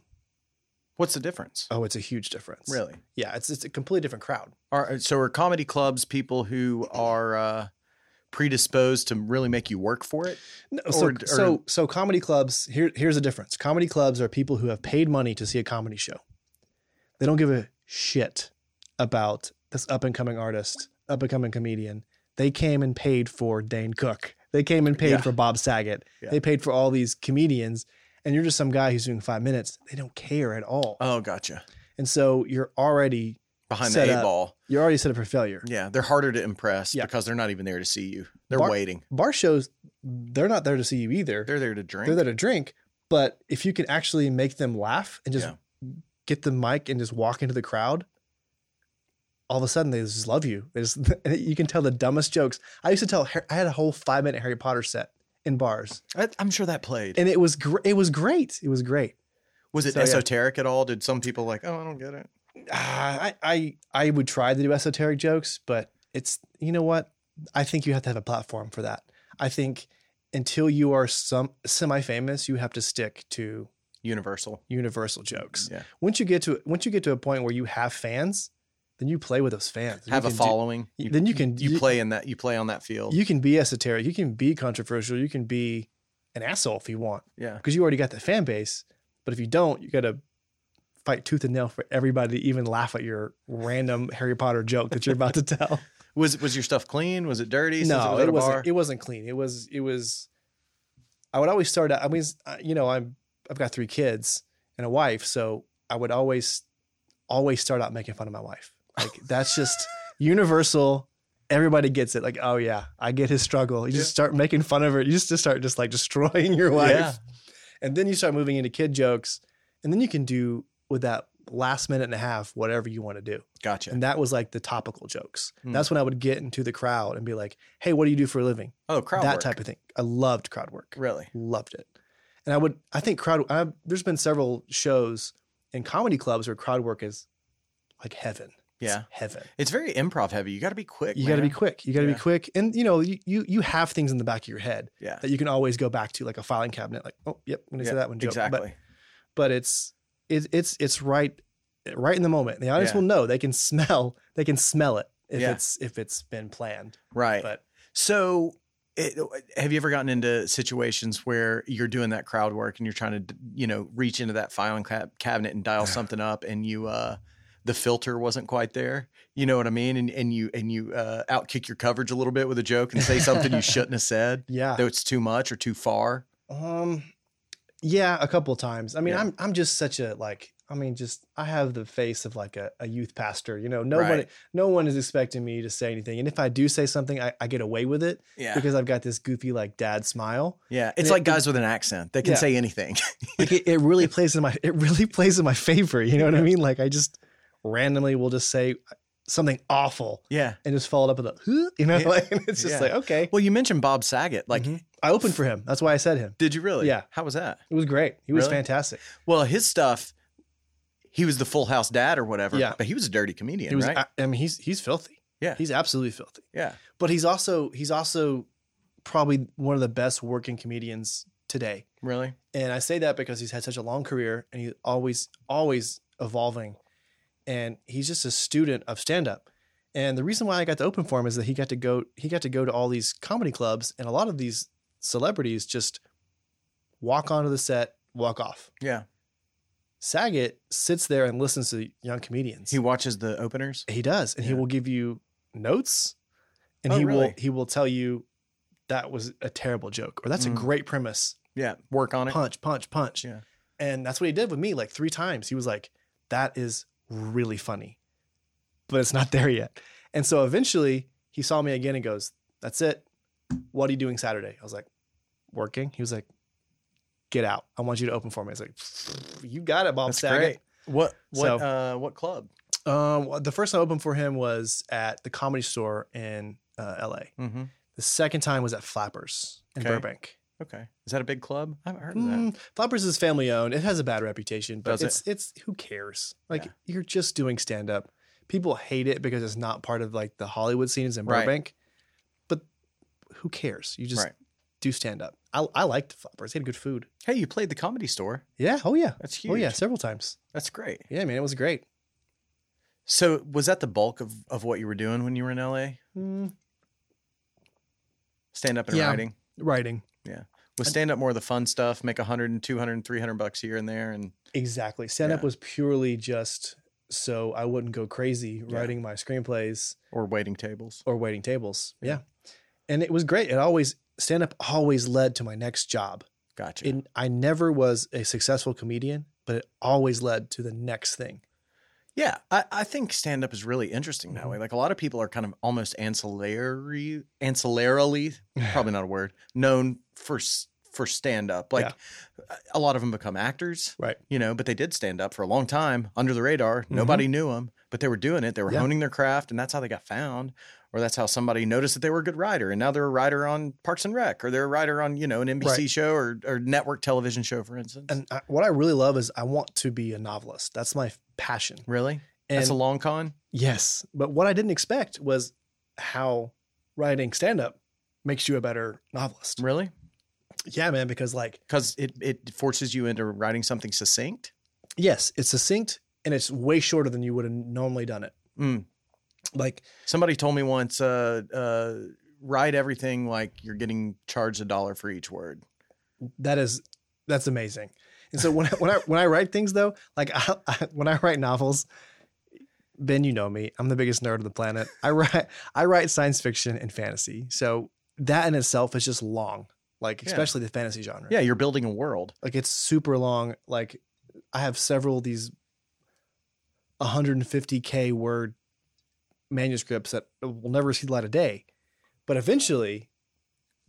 Speaker 1: What's the difference?
Speaker 3: Oh, it's a huge difference.
Speaker 1: Really?
Speaker 3: Yeah. It's, it's a completely different crowd.
Speaker 1: Are so are comedy clubs people who are uh, predisposed to really make you work for it?
Speaker 3: No, so,
Speaker 1: Or- or-
Speaker 3: so, so comedy clubs, here, here's the difference. Comedy clubs are people who have paid money to see a comedy show. They don't give a shit about this up and coming artist, up and coming comedian. They came and paid for Dane Cook. They came and paid
Speaker 1: Yeah.
Speaker 3: for Bob Saget.
Speaker 1: Yeah.
Speaker 3: They paid for all these comedians. And you're just some guy who's doing five minutes. They don't care at all.
Speaker 1: Oh, gotcha.
Speaker 3: and so you're already
Speaker 1: Behind
Speaker 3: Set
Speaker 1: the eight
Speaker 3: up.
Speaker 1: ball.
Speaker 3: you're already set up for failure.
Speaker 1: Yeah, they're harder to impress
Speaker 3: Yeah.
Speaker 1: because they're not even there to see you. They're
Speaker 3: Bar-
Speaker 1: waiting.
Speaker 3: Bar shows, they're not there to see you either.
Speaker 1: They're there to drink.
Speaker 3: they're there to drink. But if you can actually make them laugh and just
Speaker 1: Yeah.
Speaker 3: get the mic and just walk into the crowd, all of a sudden they just love you. They just, and you can tell the dumbest jokes. I used to tell. Har- I had a whole five minute Harry Potter set in bars,
Speaker 1: I, I'm sure that played.
Speaker 3: and it was gr- it was great. It was great.
Speaker 1: was it
Speaker 3: so, yeah.
Speaker 1: esoteric at all? Did some people like, oh, I don't get it?
Speaker 3: Ah, I I I would try to do esoteric jokes, but it's you know what? I think you have to have a platform for that. I think until you are some semi famous, you have to stick to
Speaker 1: Universal.
Speaker 3: universal jokes.
Speaker 1: Yeah.
Speaker 3: Once you get to once you get to a point where you have fans, then you play with those fans. You
Speaker 1: Have a
Speaker 3: can do-
Speaker 1: following.
Speaker 3: then you can
Speaker 1: you play in that. You play on that field.
Speaker 3: You can be esoteric. You can be controversial. You can be an asshole if you want
Speaker 1: yeah.
Speaker 3: because you already got the fan base. But if you don't, you got to fight tooth and nail for everybody to even laugh at your random Harry Potter joke that you're about to tell.
Speaker 1: Was was your stuff clean? Was it dirty? since it
Speaker 3: no,
Speaker 1: was at a
Speaker 3: it
Speaker 1: bar.
Speaker 3: wasn't. It wasn't clean. It was. It was. I would always start out. I mean, I- you know, I'm. I've got three kids and a wife, so I would always, always start out making fun of my wife. Like that's just universal. Everybody gets it. Like, oh yeah, I get his struggle. You just start making fun of her. You just just start just like destroying your wife,
Speaker 1: Yeah.
Speaker 3: and then you start moving into kid jokes, and then you can do with that last minute and a half whatever you want to do.
Speaker 1: Gotcha.
Speaker 3: And that was like the topical jokes.
Speaker 1: Mm.
Speaker 3: That's when I would get into the crowd and be like, hey, what do you do for a living?
Speaker 1: oh, crowd
Speaker 3: that
Speaker 1: work.
Speaker 3: type of thing. I loved crowd work.
Speaker 1: Really?
Speaker 3: Loved it. And I would, I think crowd, i there's been several shows in comedy clubs where crowd work is like heaven. It's
Speaker 1: Yeah.
Speaker 3: heaven.
Speaker 1: It's very improv heavy. You got to be quick.
Speaker 3: You got to be
Speaker 1: man.
Speaker 3: quick. You got to
Speaker 1: Yeah.
Speaker 3: be quick. And you know, you, you you have things in the back of your head
Speaker 1: Yeah.
Speaker 3: that you can always go back to, like a filing cabinet. Like, oh, yep, I'm gonna
Speaker 1: Yeah,
Speaker 3: say that one. Joke.
Speaker 1: Exactly.
Speaker 3: But, but it's it, it's it's right right in the moment. The audience
Speaker 1: Yeah.
Speaker 3: will know. They can smell. They can smell it if
Speaker 1: Yeah.
Speaker 3: it's if it's been planned.
Speaker 1: right.
Speaker 3: But
Speaker 1: So, it, uh, have you ever gotten into situations where you're doing that crowd work and you're trying to, you know, reach into that filing cab- cabinet and dial something up, and you, uh, the filter wasn't quite there. You know what I mean? And and you and you uh, outkick your coverage a little bit with a joke and say something you shouldn't have said,
Speaker 3: yeah,
Speaker 1: though it's too much or too far.
Speaker 3: um, yeah, a couple of times. I mean,
Speaker 1: Yeah.
Speaker 3: I'm I'm just such a like. I mean, just I have the face of like a, a youth pastor. You know, nobody,
Speaker 1: Right.
Speaker 3: no one is expecting me to say anything, and if I do say something, I, I get away with it
Speaker 1: Yeah,
Speaker 3: because I've got this goofy like dad smile.
Speaker 1: yeah. It's
Speaker 3: it-
Speaker 1: like guys with an accent; they can
Speaker 3: Yeah.
Speaker 1: say anything.
Speaker 3: like it, it really plays in my it really plays in my favor you know what i mean like i just randomly will just say something awful
Speaker 1: yeah.
Speaker 3: and just follow it up with a huh? you know
Speaker 1: Yeah.
Speaker 3: like and it's just
Speaker 1: Yeah.
Speaker 3: like okay
Speaker 1: Well, mm-hmm. you mentioned Bob Saget. Like,
Speaker 3: Mhm. i opened for him that's why i said him
Speaker 1: did you really?
Speaker 3: Yeah.
Speaker 1: How was that?
Speaker 3: it was great he was
Speaker 1: Really?
Speaker 3: fantastic
Speaker 1: Well, his stuff, he was the Full House dad or whatever.
Speaker 3: Yeah.
Speaker 1: but he was a dirty comedian,
Speaker 3: he was
Speaker 1: right?
Speaker 3: I, I mean he's he's filthy
Speaker 1: Yeah.
Speaker 3: he's absolutely filthy
Speaker 1: yeah,
Speaker 3: but he's also he's also probably one of the best working comedians today
Speaker 1: really.
Speaker 3: And I say that because he's had such a long career and he's always, always evolving. And he's just a student of stand up. And the reason why I got to open for him is that he got to go, he got to go to all these comedy clubs and a lot of these celebrities just walk onto the set, walk off.
Speaker 1: Yeah,
Speaker 3: Saget sits there and listens to young comedians.
Speaker 1: he watches the openers.
Speaker 3: He does, and he
Speaker 1: Yeah.
Speaker 3: will give you notes, and
Speaker 1: Oh,
Speaker 3: he will
Speaker 1: really?
Speaker 3: he will tell you that was a terrible joke, or that's
Speaker 1: Mm.
Speaker 3: a great premise.
Speaker 1: Yeah, work on it.
Speaker 3: punch, punch, punch.
Speaker 1: Yeah.
Speaker 3: And that's what he did with me like three times. He was like, that is really funny, but it's not there yet. And so eventually he saw me again and goes, that's it. What are you doing Saturday? I was like, working. He was like, get out. I want you to open for me. I was like, you got it, Bob
Speaker 1: That's
Speaker 3: Saget.
Speaker 1: great. What what
Speaker 3: So-
Speaker 1: uh, what club?
Speaker 3: Um, well, the first time I opened for him was at the comedy store in uh, LA.
Speaker 1: Mm-hmm.
Speaker 3: The second time was at Flappers in
Speaker 1: Okay.
Speaker 3: Burbank.
Speaker 1: Okay. Is that a big club? I haven't heard of that.
Speaker 3: Mm, Flappers is family owned. It has a bad reputation, but
Speaker 1: Does it?
Speaker 3: it's it's who cares? Like
Speaker 1: Yeah.
Speaker 3: you're just doing stand up. People hate it because it's not part of like the Hollywood scenes in
Speaker 1: Right.
Speaker 3: Burbank. But who cares? You just
Speaker 1: Right.
Speaker 3: do stand up. I I liked Flappers. They had good food.
Speaker 1: Hey, you played the comedy store.
Speaker 3: Yeah. Oh yeah.
Speaker 1: That's huge.
Speaker 3: Oh yeah. Several times.
Speaker 1: That's great.
Speaker 3: Yeah, man. It was great.
Speaker 1: So was that the bulk of, of what you were doing when you were in LA?
Speaker 3: Mm,
Speaker 1: Stand up and
Speaker 3: Yeah.
Speaker 1: writing?
Speaker 3: writing.
Speaker 1: Was stand up more of the fun stuff, make 100 and 200 and 300 bucks here and there and
Speaker 3: Exactly. Stand up
Speaker 1: Yeah.
Speaker 3: was purely just so I wouldn't go crazy
Speaker 1: Yeah.
Speaker 3: writing my screenplays
Speaker 1: or waiting tables?
Speaker 3: or waiting tables.
Speaker 1: Yeah.
Speaker 3: Yeah. And it was great. It always stand up always led to my next job.
Speaker 1: Gotcha.
Speaker 3: And I never was a successful comedian, but it always led to the next thing.
Speaker 1: Yeah, I, I think stand up is really interesting that
Speaker 3: Mhm.
Speaker 1: way. Like a lot of people are kind of almost ancillary, ancillarily, probably not a word, known for s- for stand up. Like a lot of them become actors,
Speaker 3: Right.
Speaker 1: You know, but they did stand up for a long time under the radar. Nobody knew them, but they were doing it. They were
Speaker 3: Mm-hmm. Yeah.
Speaker 1: honing their craft, and that's how they got found. Or that's how somebody noticed that they were a good writer, and now they're a writer on Parks and Rec, or they're a writer on you know an NBC
Speaker 3: Right.
Speaker 1: show or or network television show, for instance.
Speaker 3: And I, what I really love is I want to be a novelist. That's my f- passion.
Speaker 1: really,
Speaker 3: And
Speaker 1: that's a long con.
Speaker 3: yes, but what I didn't expect was how writing stand up makes you a better novelist.
Speaker 1: Really.
Speaker 3: Yeah, man, because like
Speaker 1: because it it forces you into writing something succinct.
Speaker 3: yes, it's succinct and it's way shorter than you would have normally done it.
Speaker 1: Mm.
Speaker 3: Like
Speaker 1: Somebody told me once, uh, uh, write everything like you're getting charged a dollar for each word.
Speaker 3: that is that's amazing. And so when I, when I when I write things though, like I, I, when I write novels, Ben, you know me, I'm the biggest nerd on the planet. I write I write science fiction and fantasy, so that in itself is just long. Like
Speaker 1: Yeah.
Speaker 3: especially the fantasy genre.
Speaker 1: Yeah, you're building a world.
Speaker 3: like it's super long. Like I have several of these 150k word manuscripts that will never see the light of day, but eventually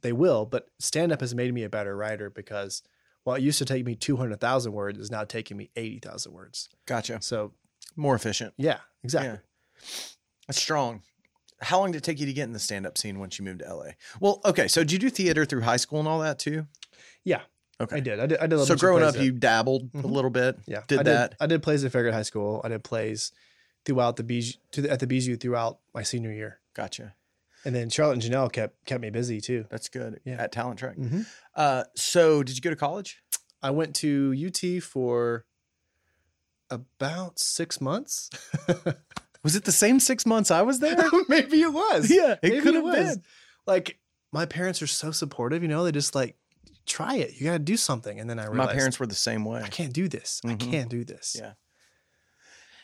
Speaker 3: they will. But stand up has made me a better writer because while it used to take me 200,000 words, it's now taking me 80,000 words.
Speaker 1: Gotcha.
Speaker 3: So
Speaker 1: More efficient.
Speaker 3: yeah, exactly.
Speaker 1: That's strong. How long did it take you to get in the stand up scene once you moved to LA? Well, okay. So did you do theater through high school and all that too?
Speaker 3: Yeah.
Speaker 1: Okay.
Speaker 3: I did. I did. I did. A
Speaker 1: So
Speaker 3: bunch of
Speaker 1: growing
Speaker 3: plays
Speaker 1: up,
Speaker 3: at-
Speaker 1: you dabbled a
Speaker 3: Mhm.
Speaker 1: little bit.
Speaker 3: yeah
Speaker 1: did
Speaker 3: I
Speaker 1: that.
Speaker 3: I did plays at Farragut High School. I did plays throughout the BG to the, at the BGU throughout my senior year.
Speaker 1: Gotcha.
Speaker 3: And then Charlotte and Janelle kept kept me busy too.
Speaker 1: That's good.
Speaker 3: Yeah.
Speaker 1: At Talent Track. Uh, so did you go to college?
Speaker 3: I went to UT for about six months.
Speaker 1: Was it the same six months I was there?
Speaker 3: Maybe it was.
Speaker 1: yeah,
Speaker 3: Maybe
Speaker 1: it could have been.
Speaker 3: was. Like my parents are so supportive, you know. They just like try it. You got to do something. And then I
Speaker 1: My
Speaker 3: realized
Speaker 1: parents were the same way.
Speaker 3: I can't do this.
Speaker 1: Mhm.
Speaker 3: I can't do this.
Speaker 1: Yeah.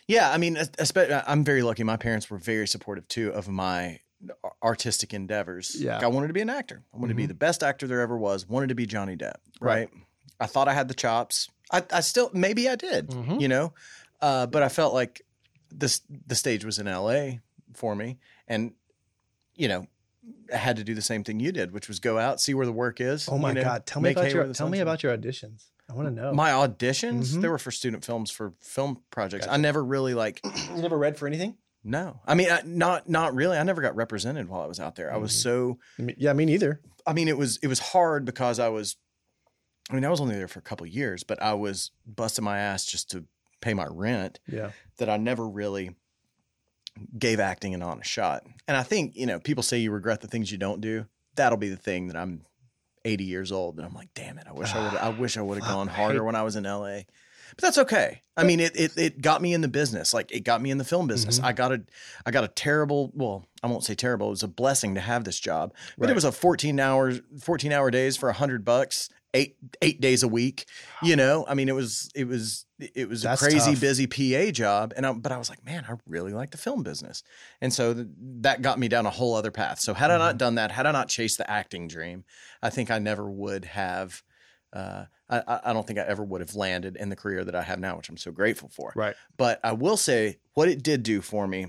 Speaker 1: Yeah, I mean, especially, I'm very lucky. My parents were very supportive too of my uh, artistic endeavors.
Speaker 3: Yeah. Mm-hmm.
Speaker 1: Like, I wanted to be an actor. I wanted to be the best actor there ever was. Wanted to be Johnny Depp. Right.
Speaker 3: Right.
Speaker 1: I thought I had the chops. I, I still maybe I did.
Speaker 3: Mhm.
Speaker 1: You know, uh, but I felt like this the stage was in L.A. for me, and you know. I had to do the same thing you did, which was go out, see where the work is.
Speaker 3: Oh my
Speaker 1: you know,
Speaker 3: god! Tell me
Speaker 1: make hay
Speaker 3: about your
Speaker 1: where the
Speaker 3: tell me
Speaker 1: sun's
Speaker 3: about oh. your auditions. I want to know.
Speaker 1: my auditions
Speaker 3: Mhm.
Speaker 1: they were for student films for film projects i
Speaker 3: Gotcha.
Speaker 1: never really like
Speaker 3: you never read for anything?
Speaker 1: no i mean I, not not really i never got represented while i was out there i was
Speaker 3: Mhm.
Speaker 1: so
Speaker 3: Yeah, me neither.
Speaker 1: i mean it was it was hard because i was i mean i was only there for a couple of years but i was busting my ass just to pay my rent
Speaker 3: Yeah.
Speaker 1: that i never really gave acting an honest shot and i think you know people say you regret the things you don't do that'll be the thing that i'm 80 years old and i'm like damn it i wish i would i wish i would have
Speaker 3: Fuck,
Speaker 1: gone
Speaker 3: I
Speaker 1: harder
Speaker 3: hate-
Speaker 1: when i was in la but that's okay. I mean, it, it it got me in the business. Like it got me in the film business.
Speaker 3: Mhm.
Speaker 1: I got a I got a terrible. Well, I won't say terrible. It was a blessing to have this job, but it
Speaker 3: Right.
Speaker 1: was a fourteen hours fourteen hour days for a hundred bucks, eight eight days a week. You know, I mean, it was it was it was
Speaker 3: That's
Speaker 1: a crazy
Speaker 3: tough.
Speaker 1: busy PA job, and I, but I was like, man, I really like the film business, and so th- that got me down a whole other path. So had I
Speaker 3: Mm-hmm.
Speaker 1: not done that, had I not chased the acting dream, I think I never would have. Uh, I- I, I don't think I ever would have landed in the career that I have now, which I'm so grateful for.
Speaker 3: Right.
Speaker 1: But I will say what it did do for me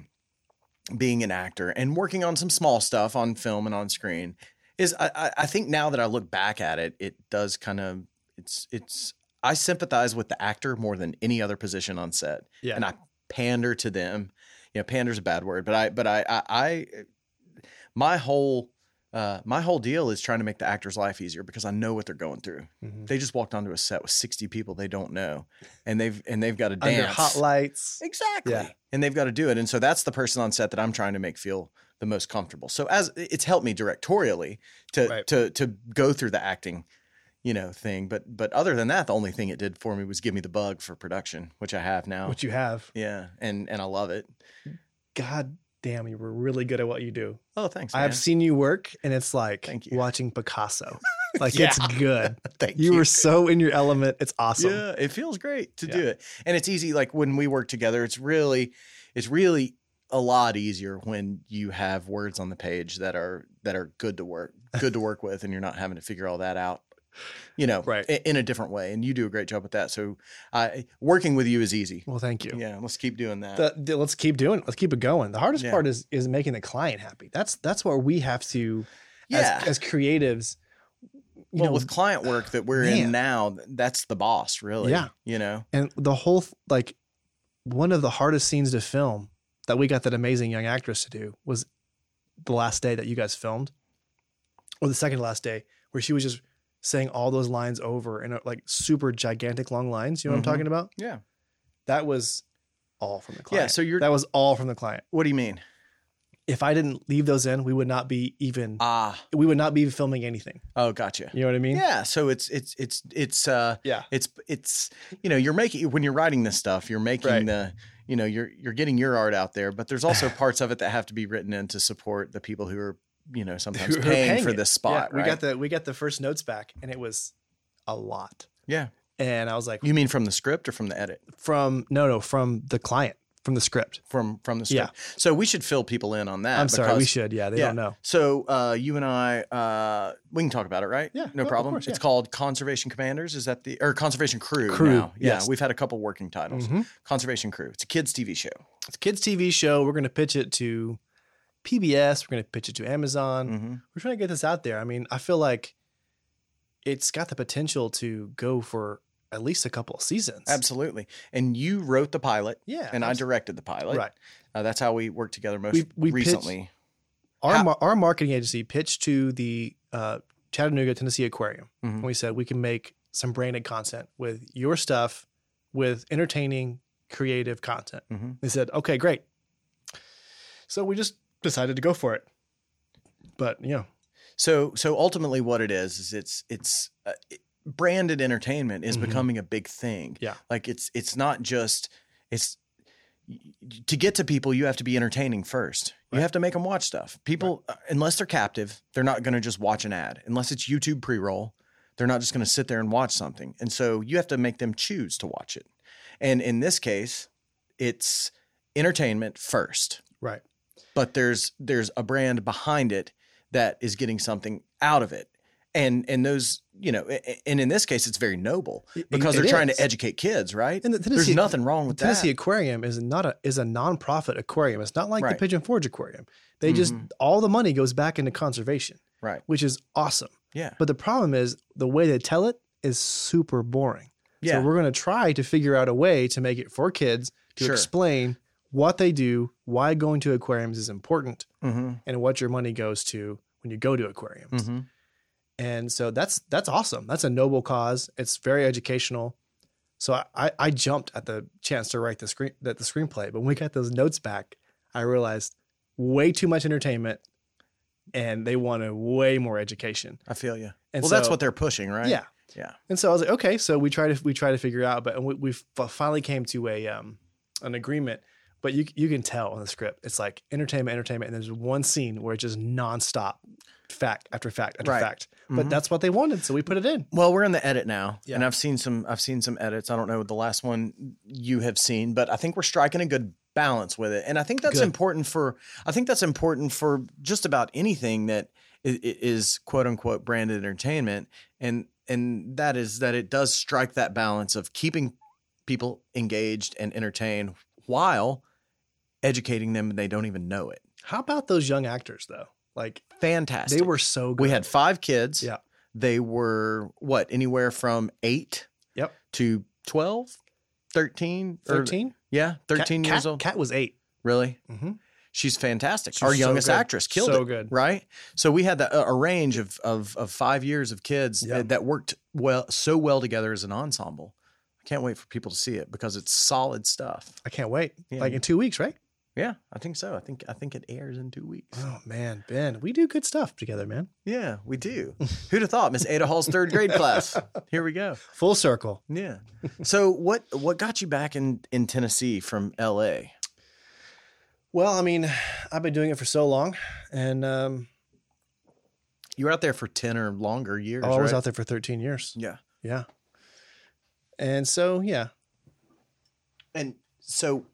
Speaker 1: being an actor and working on some small stuff on film and on screen is I, I, I think now that I look back at it, it does kind of it's it's I sympathize with the actor more than any other position on set.
Speaker 3: Yeah.
Speaker 1: And I pander to them. You know, pander's a bad word, but I but I I, I my whole uh, my whole deal is trying to make the actor's life easier because I know what they're going through.
Speaker 3: Mhm.
Speaker 1: They just walked onto a set with 60 people they don't know, and they've and they've got to
Speaker 3: Under
Speaker 1: dance
Speaker 3: hot lights.
Speaker 1: Exactly.
Speaker 3: Yeah.
Speaker 1: And they've got to do it. And so that's the person on set that I'm trying to make feel the most comfortable. So as it's helped me directorially to
Speaker 3: Right.
Speaker 1: to to go through the acting, you know, thing. But but other than that, the only thing it did for me was give me the bug for production, which I have now.
Speaker 3: What you have.
Speaker 1: yeah. And and I love it.
Speaker 3: God damn, you were really good at what you do.
Speaker 1: Oh, thanks.
Speaker 3: I have
Speaker 1: man.
Speaker 3: seen you work, and it's like
Speaker 1: Thank you.
Speaker 3: watching Picasso. Like
Speaker 1: Yeah.
Speaker 3: it's good.
Speaker 1: Thank
Speaker 3: You were so in your element. It's awesome.
Speaker 1: Yeah, it feels great to
Speaker 3: Yeah.
Speaker 1: do it. And it's easy like when we work together, it's really it's really a lot easier when you have words on the page that are that are good to work good to work with and you're not having to figure all that out. You know,
Speaker 3: Right.
Speaker 1: i- in a different way and you do a great job with that. So, I working with you is easy.
Speaker 3: Well, thank you.
Speaker 1: Yeah, let's keep doing that.
Speaker 3: The- the- let's keep doing. it. Let's keep it going. The hardest
Speaker 1: Yeah.
Speaker 3: part is is making the client happy. That's that's where we have to,
Speaker 1: yeah.
Speaker 3: as, as creatives, you
Speaker 1: well,
Speaker 3: know,
Speaker 1: with client work that we're in
Speaker 3: man.
Speaker 1: now, th- that's the boss, really.
Speaker 3: Yeah.
Speaker 1: You know.
Speaker 3: and the whole th- like one of the hardest scenes to film that we got that amazing young actress to do was the last day that you guys filmed or the second to last day where she was just saying all those lines over and like super gigantic long lines you know
Speaker 1: Mhm.
Speaker 3: what i'm talking about
Speaker 1: Yeah.
Speaker 3: that was all from the client
Speaker 1: Yeah, so you're
Speaker 3: that was all from the client
Speaker 1: What do you mean?
Speaker 3: if i didn't leave those in we would not be even
Speaker 1: Ah,
Speaker 3: we would not be filming anything
Speaker 1: oh, gotcha.
Speaker 3: you know what i mean
Speaker 1: Yeah, so it's it's it's it's uh
Speaker 3: Yeah.
Speaker 1: it's it's you know you're making when you're writing this stuff you're making
Speaker 3: Right.
Speaker 1: the you know you're you're getting your art out there, but there's also parts of it that have to be written in to support the people who are you know sometimes
Speaker 3: We're
Speaker 1: paying, for
Speaker 3: it.
Speaker 1: this
Speaker 3: Yeah,
Speaker 1: spot.
Speaker 3: we got
Speaker 1: right?
Speaker 3: the we got the first notes back and it was a lot
Speaker 1: yeah.
Speaker 3: and i was like
Speaker 1: You mean from the script or from the edit?
Speaker 3: from no no from the client from the script
Speaker 1: From from the
Speaker 3: Yeah.
Speaker 1: script. So we should fill people in on that.
Speaker 3: i'm sorry we
Speaker 1: because-
Speaker 3: should yeah they
Speaker 1: yeah.
Speaker 3: don't know
Speaker 1: So uh, you and I, uh, we can talk about it, right?
Speaker 3: Yeah,
Speaker 1: no
Speaker 3: of
Speaker 1: problem.
Speaker 3: course,
Speaker 1: It's
Speaker 3: yeah.
Speaker 1: called Conservation Commanders. Is that the or Conservation Crew?
Speaker 3: Crew,
Speaker 1: Now. Yeah,
Speaker 3: yes. Mm-hmm.
Speaker 1: we've had a couple working titles. Conservation Crew. It's a kids' TV show.
Speaker 3: it's a kids tv show we're going to pitch it to pbs we're going to pitch it to amazon
Speaker 1: Mm-hmm.
Speaker 3: we're trying to get this out there i mean i feel like it's got the potential to go for at least a couple of seasons
Speaker 1: Absolutely. And you wrote the pilot,
Speaker 3: yeah
Speaker 1: and I
Speaker 3: abs-
Speaker 1: directed the pilot.
Speaker 3: right
Speaker 1: Uh, that's how we worked together most
Speaker 3: We- we pitched-
Speaker 1: recently. How-
Speaker 3: our, mar- our marketing agency pitched to the uh, chattanooga tennessee aquarium
Speaker 1: Mhm.
Speaker 3: and we said we can make some branded content with your stuff with entertaining creative content
Speaker 1: Mhm.
Speaker 3: They said, okay, great. So we just decided to go for it. But, you know,
Speaker 1: So, so ultimately, what it is is it's it's uh, it- branded entertainment is
Speaker 3: Mhm.
Speaker 1: becoming a big thing.
Speaker 3: Yeah.
Speaker 1: like it's it's not just it's to get to people you have to be entertaining first you
Speaker 3: Right.
Speaker 1: have to make them watch stuff people uh, unless they're captive they're not going to just watch an ad unless it's youtube pre-roll they're not just going to sit there and watch something and so you have to make them choose to watch it and in this case it's entertainment first
Speaker 3: Right.
Speaker 1: but there's there's a brand behind it that is getting something out of it and and those you know a- a- and in this case it's very noble because they're trying to educate kids right
Speaker 3: And the
Speaker 1: there's
Speaker 3: Tennessee,
Speaker 1: nothing wrong with that.
Speaker 3: Tennessee Aquarium is not a is a nonprofit aquarium. It's not like
Speaker 1: Right.
Speaker 3: the Pigeon Forge Aquarium. They just
Speaker 1: Mhm.
Speaker 3: all the money goes back into conservation,
Speaker 1: Right.
Speaker 3: which is awesome.
Speaker 1: Yeah.
Speaker 3: But the problem is the way they tell it is super boring.
Speaker 1: Yeah.
Speaker 3: So we're going to try to figure out a way to make it for kids to
Speaker 1: Sure.
Speaker 3: explain what they do, why going to aquariums is important,
Speaker 1: mm-hmm.
Speaker 3: and what your money goes to when you go to aquariums.
Speaker 1: Mm-hmm.
Speaker 3: And so that's that's awesome. That's a noble cause. It's very educational. So I, I, I jumped at the chance to write the screen that the screenplay, but when we got those notes back, I realized way too much entertainment, and they wanted way more education.
Speaker 1: I feel you.
Speaker 3: And
Speaker 1: well,
Speaker 3: so,
Speaker 1: that's what they're pushing, right?
Speaker 3: yeah
Speaker 1: Yeah.
Speaker 3: And so I was like, okay, so we try to we try to figure out, but and we, we f- finally came to a um an agreement. But you you can tell on the script, it's like entertainment, entertainment, and there's one scene where it's just nonstop, fact after fact after
Speaker 1: Right.
Speaker 3: fact.
Speaker 1: Mhm.
Speaker 3: But that's what they wanted, so we put it in.
Speaker 1: Well, we're in the edit now,
Speaker 3: Yeah.
Speaker 1: and I've seen some. I've seen some edits. I don't know the last one you have seen, but I think we're striking a good balance with it, and I think that's
Speaker 3: Good.
Speaker 1: important for. I think that's important for just about anything that i- i- is quote unquote branded entertainment, and and that is that it does strike that balance of keeping people engaged and entertained while educating them, and they don't even know it.
Speaker 3: How about those young actors though? Like
Speaker 1: Fantastic.
Speaker 3: they were so good.
Speaker 1: We had five kids.
Speaker 3: Yeah.
Speaker 1: They were what, anywhere from eight
Speaker 3: Yep.
Speaker 1: to 12, 13, or-
Speaker 3: thirteen.
Speaker 1: yeah, 13
Speaker 3: Cat-
Speaker 1: years
Speaker 3: Cat-
Speaker 1: old.
Speaker 3: Cat was eight.
Speaker 1: Really?
Speaker 3: Mhm.
Speaker 1: She's fantastic.
Speaker 3: She's
Speaker 1: Our
Speaker 3: so
Speaker 1: youngest
Speaker 3: good.
Speaker 1: actress killed
Speaker 3: So
Speaker 1: it,
Speaker 3: good.
Speaker 1: right? So we had the, a, a range of, of of five years of kids
Speaker 3: Yeah.
Speaker 1: that, that worked well so well together as an ensemble. I can't wait for people to see it because it's solid stuff.
Speaker 3: I can't wait.
Speaker 1: Yeah.
Speaker 3: Like in two weeks, right?
Speaker 1: Yeah, I think so. I think I think it airs in two weeks.
Speaker 3: Oh man, Ben, we do good stuff together, man.
Speaker 1: Yeah, we do. Who'd have thought, Miss Ada Hall's third grade class? Here we go.
Speaker 3: Full circle.
Speaker 1: Yeah. So what what got you back in in Tennessee from L.A.?
Speaker 3: Well, I mean, I've been doing it for so long, and um,
Speaker 1: You were out there for ten or longer years.
Speaker 3: oh, I was
Speaker 1: right?
Speaker 3: out there for 13 years.
Speaker 1: Yeah.
Speaker 3: Yeah, and so yeah,
Speaker 1: And so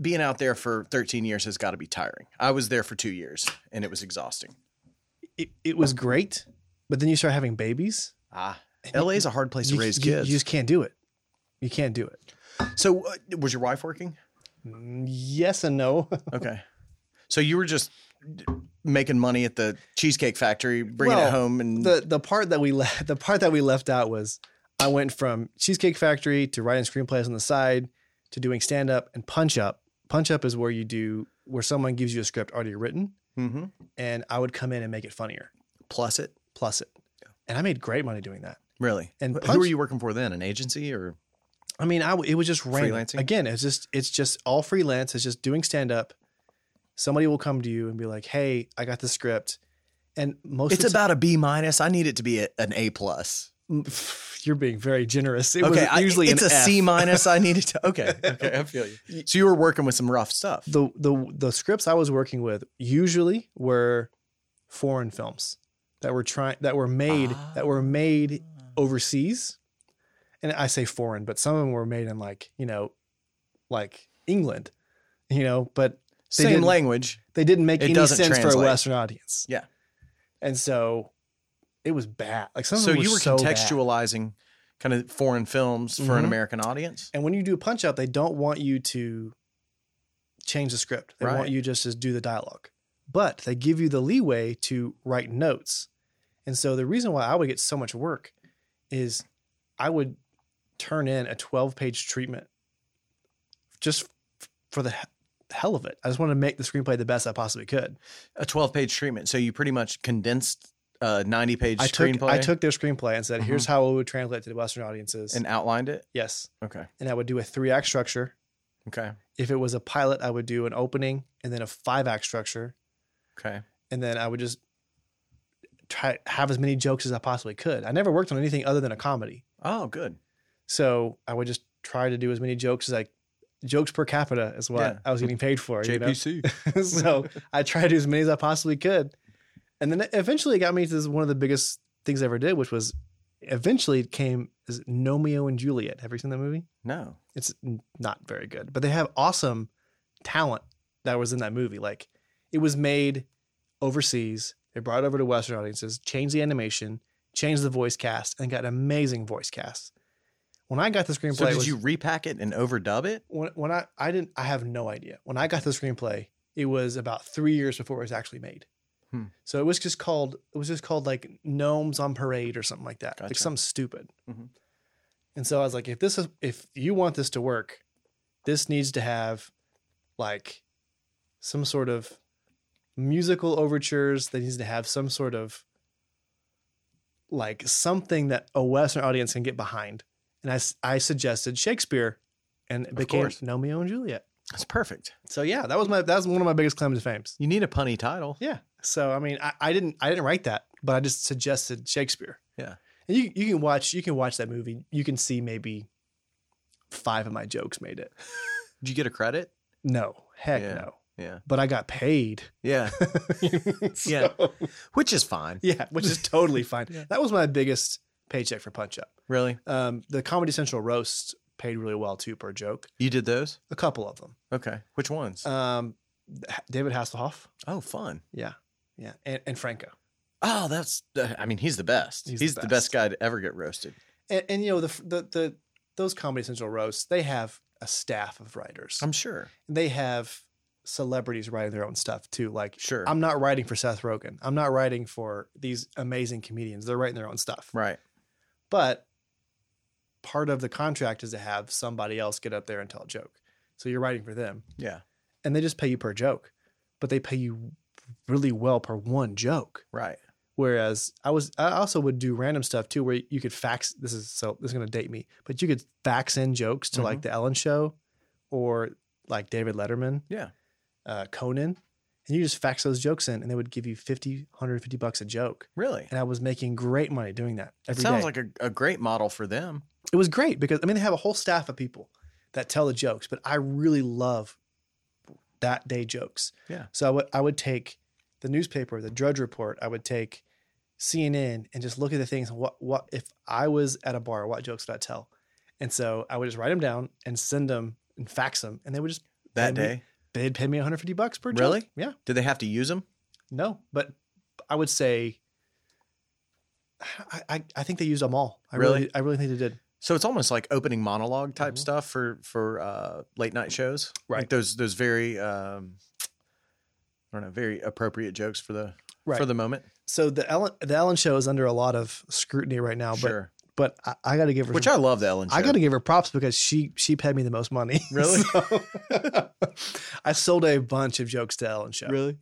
Speaker 1: being out there for 13 years has got to be tiring. I was there for two years and it was exhausting.
Speaker 3: it, it was great. But then you start having babies.
Speaker 1: Ah, LA is a hard place
Speaker 3: you,
Speaker 1: to raise
Speaker 3: you-
Speaker 1: kids.
Speaker 3: You just can't do it. You can't do it.
Speaker 1: so uh, was your wife working?
Speaker 3: Mm, Yes and no.
Speaker 1: Okay. So you were just d- making money at the Cheesecake Factory, bringing
Speaker 3: Well,
Speaker 1: it home and
Speaker 3: the the part that we left the part that we left out was I went from Cheesecake Factory to writing screenplays on the side to doing stand up and punch up. Punch up is where you do where someone gives you a script already written,
Speaker 1: Mhm.
Speaker 3: and I would come in and make it funnier,
Speaker 1: plus it.
Speaker 3: plus it, and I made great money doing that.
Speaker 1: Really?
Speaker 3: And
Speaker 1: Wh-
Speaker 3: punch-
Speaker 1: who were you working for then? An agency or?
Speaker 3: I mean, I w- it was just random.
Speaker 1: Freelancing?
Speaker 3: Again, it's just it's just all freelance. It's just doing stand up. Somebody will come to you and be like, "Hey, I got the script," and most
Speaker 1: It's
Speaker 3: of the
Speaker 1: about a B minus. I need it to be a, an A plus.
Speaker 3: time, you're being very generous. It
Speaker 1: Okay,
Speaker 3: was usually
Speaker 1: I, it's
Speaker 3: an
Speaker 1: a C
Speaker 3: F.
Speaker 1: minus. I needed to. Okay, okay, I feel you. So you were working with some rough stuff.
Speaker 3: the the the scripts I was working with usually were foreign films that were trying that were made that were made
Speaker 1: Ah.
Speaker 3: overseas, and I say foreign, but some of them were made in like you know, like England, you know, but they
Speaker 1: Same
Speaker 3: didn't-
Speaker 1: language.
Speaker 3: they didn't make
Speaker 1: It
Speaker 3: any
Speaker 1: doesn't
Speaker 3: sense for a
Speaker 1: translate.
Speaker 3: Western audience.
Speaker 1: Yeah.
Speaker 3: and so it was bad. Like some of
Speaker 1: So
Speaker 3: them
Speaker 1: you were
Speaker 3: so bad.
Speaker 1: contextualizing kind of foreign films for an
Speaker 3: Mhm.
Speaker 1: American audience.
Speaker 3: And when you do a punch out, they don't want you to change the script. They
Speaker 1: Right.
Speaker 3: want you just to do the dialogue. But they give you the leeway to write notes. And so the reason why I would get so much work is I would turn in a 12 page treatment just f- for the he- hell of it. I just wanted to make the screenplay the best I possibly could.
Speaker 1: A twelve-page treatment. So you pretty much condensed a ninety-page
Speaker 3: I took,
Speaker 1: screenplay. Mm-hmm.
Speaker 3: I took their screenplay and said, here's how it would translate to the Western audiences.
Speaker 1: and outlined it.
Speaker 3: yes.
Speaker 1: Okay.
Speaker 3: And I would do a three act structure.
Speaker 1: Okay.
Speaker 3: if it was a pilot, I would do an opening and then a five act structure,
Speaker 1: Okay.
Speaker 3: and then I would just try have as many jokes as I possibly could. I never worked on anything other than a comedy,
Speaker 1: Oh, good.
Speaker 3: so I would just try to do as many jokes as I jokes per capita is what
Speaker 1: Yeah.
Speaker 3: I was getting paid for. you know? so I tried to do as many as I possibly could, and then eventually it got me to this, one of the biggest things I ever did, which was eventually it came as Nomeo and Juliet. Have you seen that movie?
Speaker 1: No.
Speaker 3: it's n- not very good, but they have awesome talent that was in that movie. Like it was made overseas, they brought it over to Western audiences, changed the animation, changed the voice cast, and got an amazing voice cast. When I got the screenplay,
Speaker 1: So
Speaker 3: it
Speaker 1: did
Speaker 3: was-
Speaker 1: you repack it and overdub it?
Speaker 3: when, when I I didn't I have no idea. When I got the screenplay, it was about three years before it was actually made.
Speaker 1: Hmm.
Speaker 3: So it was just called it was just called like gnomes on parade or something like that, like
Speaker 1: Gotcha.
Speaker 3: something stupid.
Speaker 1: Mhm.
Speaker 3: And so I was like, if this is if you want this to work, this needs to have like some sort of musical overtures. That needs to have some sort of like something that a Western audience can get behind. And I, s- I suggested Shakespeare and it became
Speaker 1: course.
Speaker 3: Romeo and Juliet.
Speaker 1: That's perfect.
Speaker 3: So yeah, that was my that was one of my biggest claims to fame.
Speaker 1: You need a punny title.
Speaker 3: Yeah. So I mean, I, I didn't I didn't write that, but I just suggested Shakespeare.
Speaker 1: Yeah.
Speaker 3: And you you can watch you can watch that movie. You can see maybe five of my jokes made it.
Speaker 1: Did you get a credit?
Speaker 3: No, heck
Speaker 1: Yeah.
Speaker 3: no.
Speaker 1: Yeah.
Speaker 3: But I got paid.
Speaker 1: Yeah. Yeah.
Speaker 3: So,
Speaker 1: Which is fine.
Speaker 3: yeah, which is totally fine. That was my biggest paycheck for Punch Up.
Speaker 1: Really.
Speaker 3: Um, the Comedy Central roasts paid really well too per joke.
Speaker 1: You did those?
Speaker 3: A couple of them.
Speaker 1: Okay. Which ones?
Speaker 3: Um, David Hasselhoff.
Speaker 1: oh, fun.
Speaker 3: Yeah, yeah, and, and Franco.
Speaker 1: Oh, that's. I mean, he's the best. He's,
Speaker 3: He's the
Speaker 1: the, best.
Speaker 3: best.
Speaker 1: guy to ever get roasted.
Speaker 3: and, and you know the, the the those Comedy Central roasts, they have a staff of writers.
Speaker 1: I'm sure.
Speaker 3: they have celebrities writing their own stuff too. Like,
Speaker 1: Sure.
Speaker 3: I'm not writing for Seth Rogen. I'm not writing for these amazing comedians. They're writing their own stuff.
Speaker 1: right.
Speaker 3: But part of the contract is to have somebody else get up there and tell a joke. So you're writing for them,
Speaker 1: Yeah.
Speaker 3: and they just pay you per joke. but they pay you really well per one joke.
Speaker 1: Right.
Speaker 3: Whereas I was, I also would do random stuff too, where you could fax. This is so this is gonna date me, but you could fax in jokes to
Speaker 1: Mm-hmm.
Speaker 3: like the Ellen Show, or like David Letterman,
Speaker 1: Yeah.
Speaker 3: uh, Conan, and you just fax those jokes in, and they would give you 50, 150 bucks a joke.
Speaker 1: Really?
Speaker 3: And I was making great money doing that.
Speaker 1: It
Speaker 3: every
Speaker 1: sounds
Speaker 3: day.
Speaker 1: like a, a great model for them.
Speaker 3: it was great because I mean they have a whole staff of people that tell the jokes, but I really love that day jokes.
Speaker 1: Yeah.
Speaker 3: So I would I would take the newspaper, the Drudge Report. I would take CNN and just look at the things. What what if I was at a bar? What jokes would I tell? And so I would just write them down and send them and fax them, and they would just
Speaker 1: That
Speaker 3: Maybe.
Speaker 1: day,
Speaker 3: they'd pay me 150 bucks per joke.
Speaker 1: Really?
Speaker 3: Yeah.
Speaker 1: did they have to use them?
Speaker 3: No, but I would say. I, I, I think they used them all. I really,
Speaker 1: Really?
Speaker 3: I really think they did.
Speaker 1: So it's almost like opening monologue type
Speaker 3: Mhm.
Speaker 1: stuff for for uh, late night shows, Like
Speaker 3: Right.
Speaker 1: those those very um, I don't know, very appropriate jokes for the
Speaker 3: Right.
Speaker 1: for the moment.
Speaker 3: so the Ellen the Ellen show is under a lot of scrutiny right now,
Speaker 1: sure,
Speaker 3: but but I, I got to give her
Speaker 1: which
Speaker 3: some-
Speaker 1: I love the Ellen. Show.
Speaker 3: I got to give her props because she she paid me the most money.
Speaker 1: Really?
Speaker 3: So- I sold a bunch of jokes to Ellen show.
Speaker 1: really.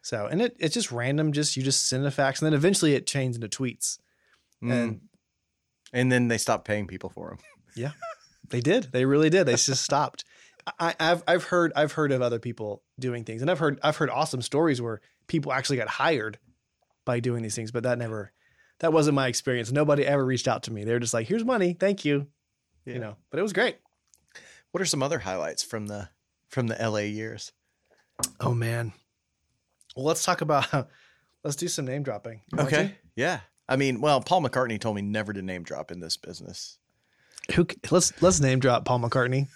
Speaker 3: So and it it's just random. Just you just send a fax and then eventually it changed into tweets.
Speaker 1: Mm. And
Speaker 3: And-
Speaker 1: then they stopped paying people for them.
Speaker 3: They did. They really did. They just stopped. I, I've I've heard I've heard of other people doing things and I've heard I've heard awesome stories where people actually got hired by doing these things, but that never that wasn't my experience. Nobody ever reached out to me. They were just like, "Here's money, thank you."
Speaker 1: Yeah.
Speaker 3: you know. But it was great.
Speaker 1: What are some other highlights from the from the LA years?
Speaker 3: Oh man. Well, let's talk about. Let's do some name dropping. You want
Speaker 1: Okay, yeah. I mean, well, Paul McCartney told me never to name drop in this business.
Speaker 3: to? Who? c- Let's let's name drop Paul McCartney.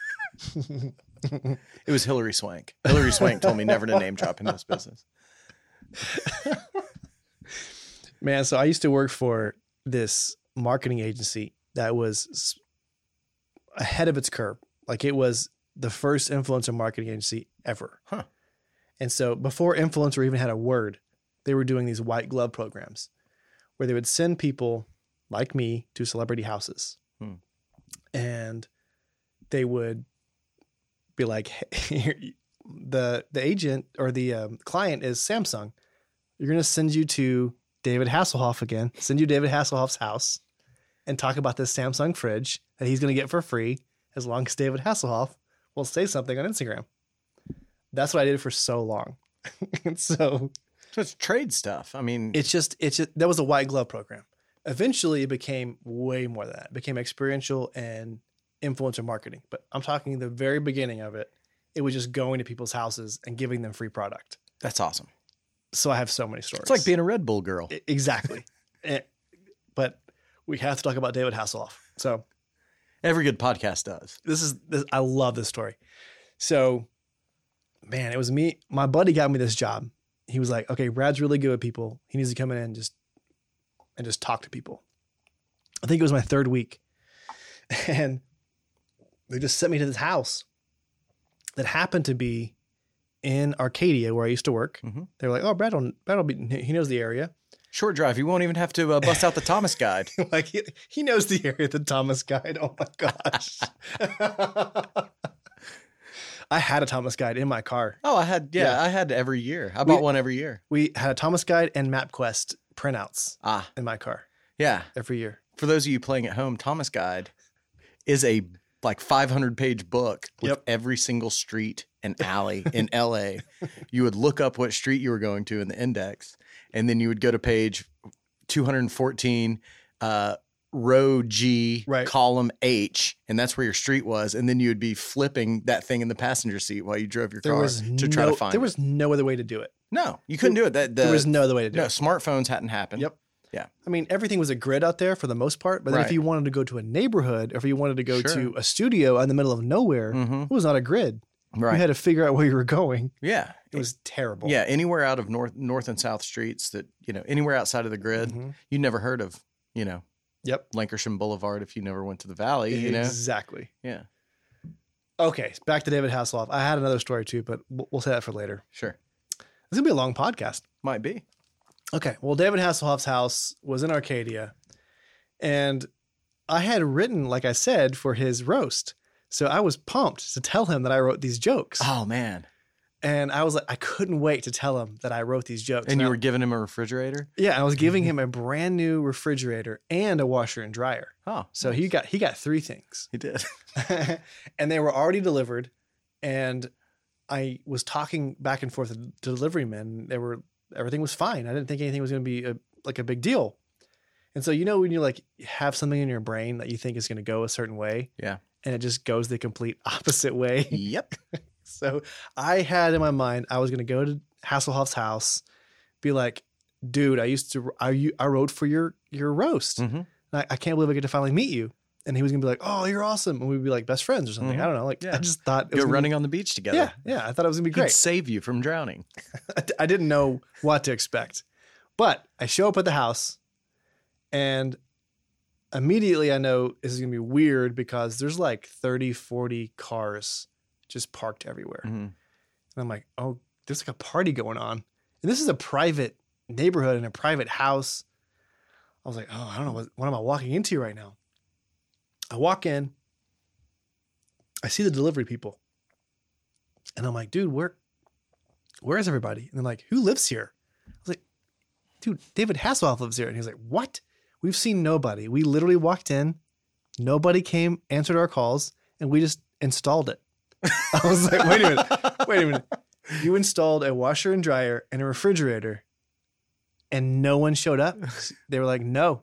Speaker 1: It was Hillary Swank. Hillary Swank told me never to name drop in this business.
Speaker 3: Man, so I used to work for this marketing agency that was s- ahead of its curve. Like it was the first influencer marketing agency ever.
Speaker 1: Huh.
Speaker 3: And so before influencer even had a word, they were doing these white glove programs where they would send people like me to celebrity houses.
Speaker 1: Hmm.
Speaker 3: And they would be like, "Hey, the the agent or the um, client is Samsung. You're going to send you to David Hasselhoff again, send you to David Hasselhoff's house and talk about this Samsung fridge that he's going to get for free as long as David Hasselhoff will say something on Instagram. That's what I did for so long. and so
Speaker 1: So it's trade stuff. I mean,
Speaker 3: it's just, it's just, that was a white glove program. Eventually it became way more than that, it became experiential and influencer marketing. But I'm talking the very beginning of it, it was just going to people's houses and giving them free product.
Speaker 1: that's awesome.
Speaker 3: So I have so many stories.
Speaker 1: It's like being a Red Bull girl.
Speaker 3: I- E-, Exactly. Eh, but we have to talk about David Hasselhoff. So
Speaker 1: Every good podcast does.
Speaker 3: this is this, I love this story. So, man, it was me. My buddy got me this job. He was like, "Okay, Brad's really good with people. He needs to come in and just and just talk to people." I think it was my third week, and they just sent me to this house that happened to be in Arcadia, where I used to work.
Speaker 1: Mhm.
Speaker 3: They were like, "Oh, Brad, will, Brad will be. He knows the area."
Speaker 1: Short drive. You won't even have to uh, bust out the Thomas guide.
Speaker 3: like he, he knows the area the Thomas guide. Oh my gosh. I had a Thomas guide in my car.
Speaker 1: Oh, I had yeah,
Speaker 3: Yeah.
Speaker 1: I had every year. I bought one every year.
Speaker 3: We had a Thomas guide and MapQuest printouts
Speaker 1: Ah,
Speaker 3: in my car
Speaker 1: yeah.
Speaker 3: every year.
Speaker 1: For those of you playing at home, Thomas Guide is a like 500 page book with
Speaker 3: Yep.
Speaker 1: every single street and alley in LA. You would look up what street you were going to in the index, and then you would go to page 214, uh, row G,
Speaker 3: Right.
Speaker 1: column H, and that's where your street was. And then you would be flipping that thing in the passenger seat while you drove your
Speaker 3: There
Speaker 1: car
Speaker 3: was
Speaker 1: to
Speaker 3: no,
Speaker 1: try to find
Speaker 3: there
Speaker 1: it.
Speaker 3: was no other way to do it.
Speaker 1: No, you couldn't do it. That the,
Speaker 3: there was no other way to do
Speaker 1: no
Speaker 3: it.
Speaker 1: smartphones hadn't happened.
Speaker 3: Yep.
Speaker 1: Yeah.
Speaker 3: I mean, everything was a grid out there for the most part, but then if
Speaker 1: Right.
Speaker 3: you wanted to go to a neighborhood or if you wanted to go to
Speaker 1: Sure.
Speaker 3: a studio in the middle of nowhere,
Speaker 1: Mm-hmm.
Speaker 3: it was not a grid.
Speaker 1: Right.
Speaker 3: You had to figure out where you were going.
Speaker 1: yeah.
Speaker 3: It was terrible.
Speaker 1: Yeah. Anywhere out of north north and south streets that you know anywhere outside of the grid,
Speaker 3: Mhm.
Speaker 1: you never heard of. You know
Speaker 3: Yep.
Speaker 1: Lancashire Boulevard if you never went to the Valley. You know.
Speaker 3: Exactly.
Speaker 1: Yeah.
Speaker 3: Okay, back to David Hasselhoff. I had another story too, but we'll we'll say that for later.
Speaker 1: Sure.
Speaker 3: It's gonna be a long podcast.
Speaker 1: Might be.
Speaker 3: Okay, well, David Hasselhoff's house was in Arcadia, and I had written, like I
Speaker 1: Ah.
Speaker 3: said, for his roast. So I was pumped to tell him that I wrote these jokes.
Speaker 1: Oh man.
Speaker 3: And I was like, I couldn't wait to tell him that I wrote these jokes.
Speaker 1: And you
Speaker 3: I-
Speaker 1: were giving him a refrigerator?
Speaker 3: yeah, I was giving him a brand new refrigerator and a washer and dryer.
Speaker 1: Oh,
Speaker 3: So he got he got three things.
Speaker 1: he did.
Speaker 3: and they were already delivered. And I was talking back and forth to the delivery men. They were everything was fine. I didn't think anything was going to be a, like a big deal. And so you know when you like have something in your brain that you think is going to go a certain way,
Speaker 1: Yeah.
Speaker 3: and it just goes the complete opposite way.
Speaker 1: yep.
Speaker 3: so I had in my mind I was going to go to Hasselhoff's house, be like, "Dude, I used to I you I wrote for your your roast."
Speaker 1: Mhm.
Speaker 3: I, I can't believe I get to finally meet you. And he was gonna be like, "Oh, you're awesome," and we'd be like best friends or something.
Speaker 1: Mhm.
Speaker 3: I don't know. Like
Speaker 1: Yeah.
Speaker 3: I just thought it
Speaker 1: Go
Speaker 3: was gonna
Speaker 1: running on the beach
Speaker 3: Be,
Speaker 1: together.
Speaker 3: yeah, yeah. I thought it was gonna be
Speaker 1: He could
Speaker 3: great.
Speaker 1: save you from drowning.
Speaker 3: I d- I didn't know what to expect, but I show up at the house, and immediately I know this is gonna be weird because there's like 30, 40 cars just parked everywhere,
Speaker 1: Mhm.
Speaker 3: and I'm like, "Oh, there's like a party going on," and this is a private neighborhood and a private house. I was like, "Oh, I don't know what, what am I walking into right now." I walk in. I see the delivery people. And I'm like, dude, where where is everybody? And they're like, who lives here? I was like, dude, David Hasselhoff lives here. And he's like, what? We've seen nobody. We literally walked in, nobody came, answered our calls, and we just installed it. I was like, wait a minute, wait a minute. You installed a washer and dryer and a refrigerator, and no one showed up. They were like, no.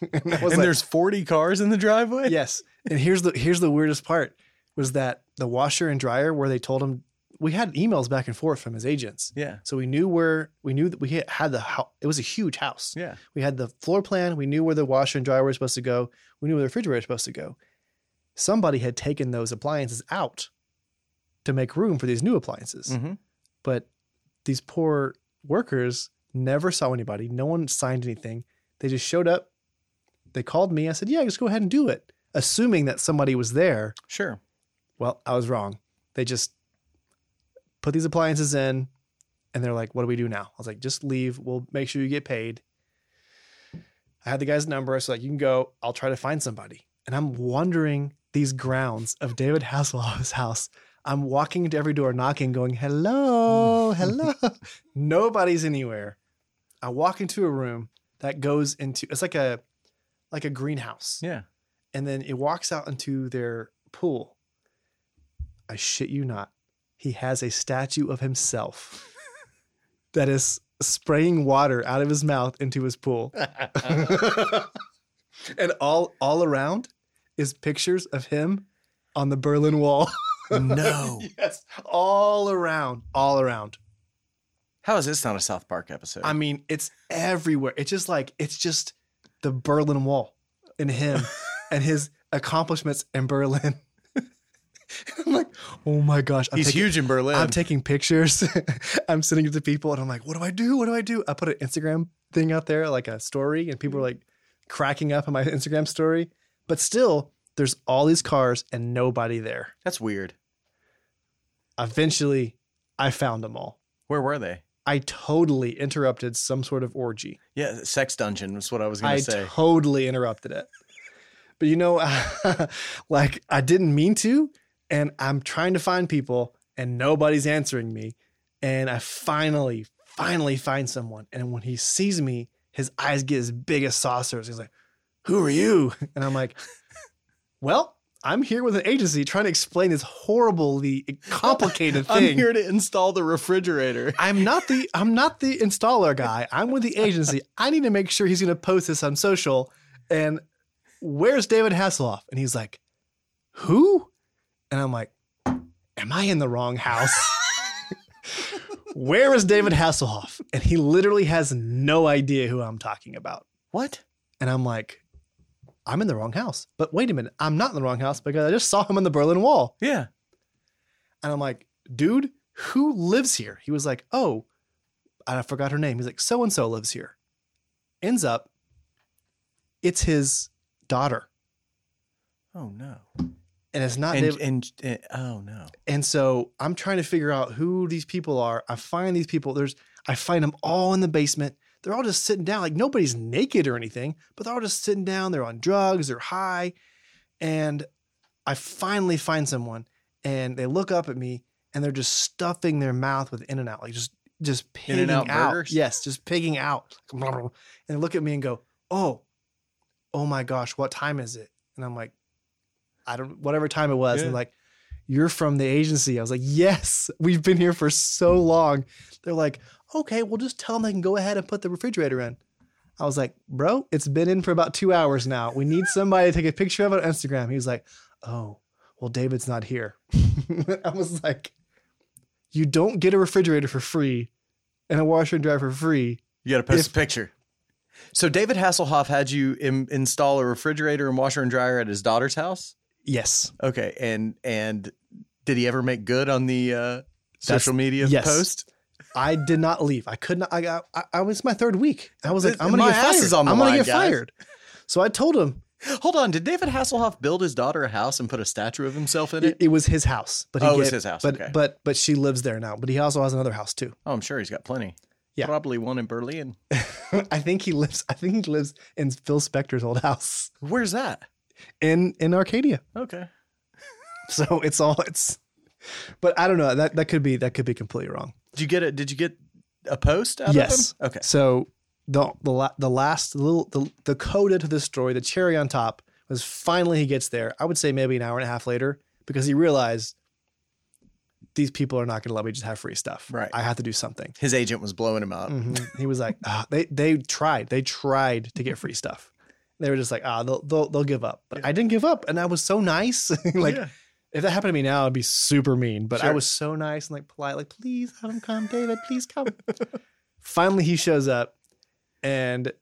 Speaker 3: and I was
Speaker 1: and
Speaker 3: like,
Speaker 1: there's 40 cars in the driveway?
Speaker 3: yes. And here's the here's the weirdest part was that the washer and dryer where they told him we had emails back and forth from his agents.
Speaker 1: Yeah.
Speaker 3: So we knew where we knew that we had- had the house. It was a huge house.
Speaker 1: Yeah.
Speaker 3: We had the floor plan. We knew where the washer and dryer were supposed to go. We knew where the refrigerator was supposed to go. Somebody had taken those appliances out to make room for these new appliances.
Speaker 1: Mhm.
Speaker 3: But these poor workers never saw anybody. No one signed anything. They just showed up. They called me. I said, Yeah, just go ahead and do it, assuming that somebody was there.
Speaker 1: Sure.
Speaker 3: Well, I was wrong. They just put these appliances in and they're like, what do we do now? I was like, just leave. We'll make sure you get paid. I had the guy's number. So like, you can go. I'll try to find somebody. And I'm wandering these grounds of David Hasselhoff's house. I'm walking to every door, knocking, going, hello, hello. Nobody's anywhere. I walk into a room that goes into, it's like a, like a greenhouse
Speaker 1: Yeah.
Speaker 3: and then it walks out into their pool. I shit you not. He has a statue of himself that is spraying water out of his mouth into his pool. and all all around is pictures of him on the Berlin Wall.
Speaker 1: no.
Speaker 3: yes, all around, all around.
Speaker 1: How is this not a South Park episode?
Speaker 3: I mean, it's everywhere. It's just like it's just the Berlin Wall and him and his accomplishments in Berlin. I'm like, oh my gosh, I'm
Speaker 1: He's
Speaker 3: taking,
Speaker 1: huge in Berlin.
Speaker 3: I'm taking pictures. I'm sending it to people, and I'm like, what do I do? What do I do? I put an Instagram thing out there, like a story, and people are like cracking up on my Instagram story. But still, there's all these cars and nobody there.
Speaker 1: That's weird.
Speaker 3: Eventually, I found them all.
Speaker 1: Where were they?
Speaker 3: I totally interrupted some sort of orgy.
Speaker 1: Yeah, sex dungeon was what I was going
Speaker 3: I
Speaker 1: to say.
Speaker 3: totally interrupted it. But you know, like I didn't mean to, and I'm trying to find people, and nobody's answering me. And I finally, finally find someone. And when he sees me, his eyes get as big as saucers. He's like, Who are you? And I'm like, Well, I'm here with an agency trying to explain this horribly complicated thing.
Speaker 1: I'm here to install the refrigerator.
Speaker 3: I'm not the I'm not the installer guy. I'm with the agency. I need to make sure he's going to post this on social. And where's David Hasselhoff? And he's like, who? And I'm like, am I in the wrong house? Where is David Hasselhoff? And he literally has no idea who I'm talking about.
Speaker 1: What?
Speaker 3: And I'm like, I'm in the wrong house. But wait a minute, I'm not in the wrong house because I just saw him on the Berlin Wall.
Speaker 1: Yeah.
Speaker 3: And I'm like, dude, who lives here? He was like, oh, and I forgot her name. He's like, so and so lives here. Ends up, it's his daughter.
Speaker 1: Oh no.
Speaker 3: And it's not
Speaker 1: And,
Speaker 3: David.
Speaker 1: and and oh no.
Speaker 3: And so I'm trying to figure out who these people are. I find these people. There's I find them all in the basement. They're all just sitting down. Like nobody's naked or anything, but they're all just sitting down. They're on drugs. They're high. And I finally find someone and they look up at me and they're just stuffing their mouth with in and out like just just pigging
Speaker 1: In-N-Out
Speaker 3: out
Speaker 1: burgers?
Speaker 3: yes just pigging out and they look at me and go oh oh my gosh what time is it and i'm like i don't whatever time it was and
Speaker 1: Yeah.
Speaker 3: like you're from the agency i was like yes we've been here for so long they're like okay well just tell them they can go ahead and put the refrigerator in I was like, bro, it's been in for about two hours now. We need somebody to take a picture of it on Instagram. He was like, oh, well, David's not here. I was like, you don't get a refrigerator for free and a washer and dryer for free.
Speaker 1: You got to post
Speaker 3: If-
Speaker 1: a picture. So David Hasselhoff had you Im- install a refrigerator and washer and dryer at his daughter's house.
Speaker 3: Yes.
Speaker 1: Okay, and and did he ever make good on the uh, social media
Speaker 3: yes.
Speaker 1: post?
Speaker 3: I did not leave. I could not. I got, I, I was my third week. I was like,
Speaker 1: This-
Speaker 3: I'm going
Speaker 1: my
Speaker 3: to get
Speaker 1: ass
Speaker 3: fired.
Speaker 1: is on the
Speaker 3: I'm gonna
Speaker 1: line,
Speaker 3: get
Speaker 1: guys.
Speaker 3: fired. So I told him
Speaker 1: Hold on, did David Hasselhoff build his daughter a house and put a statue of himself in
Speaker 3: it,
Speaker 1: it?
Speaker 3: it was his house. But he
Speaker 1: Oh, it was
Speaker 3: gave-
Speaker 1: his house,
Speaker 3: But,
Speaker 1: okay.
Speaker 3: but, but she lives there now. But he also has another house too.
Speaker 1: Oh, I'm sure he's got plenty.
Speaker 3: Yeah.
Speaker 1: probably one in Berlin.
Speaker 3: I think he lives, I think he lives in Phil Spector's old house.
Speaker 1: Where's that?
Speaker 3: in in Arcadia.
Speaker 1: Okay,
Speaker 3: So it's all it's. But I don't know that that could be that could be completely wrong.
Speaker 1: did you get a Did you get a post out
Speaker 3: Yes.
Speaker 1: of him? Okay,
Speaker 3: So the the la- the last little the the coda to this story, the cherry on top, was finally he gets there. I would say maybe an hour and a half later because he realized these people are not going to let me just have free stuff.
Speaker 1: Right.
Speaker 3: I have to do something.
Speaker 1: his agent was blowing him up.
Speaker 3: Mhm. He was like, ah, they they tried, they tried to get free stuff. They were just like, ah, they'll they'll, they'll give up. But I didn't give up, and I was so nice. like
Speaker 1: Yeah.
Speaker 3: If that happened to me now, I'd be super mean. But I
Speaker 1: Sure.
Speaker 3: was so nice and like polite, like, please have him come, David, please come. Finally, he shows up and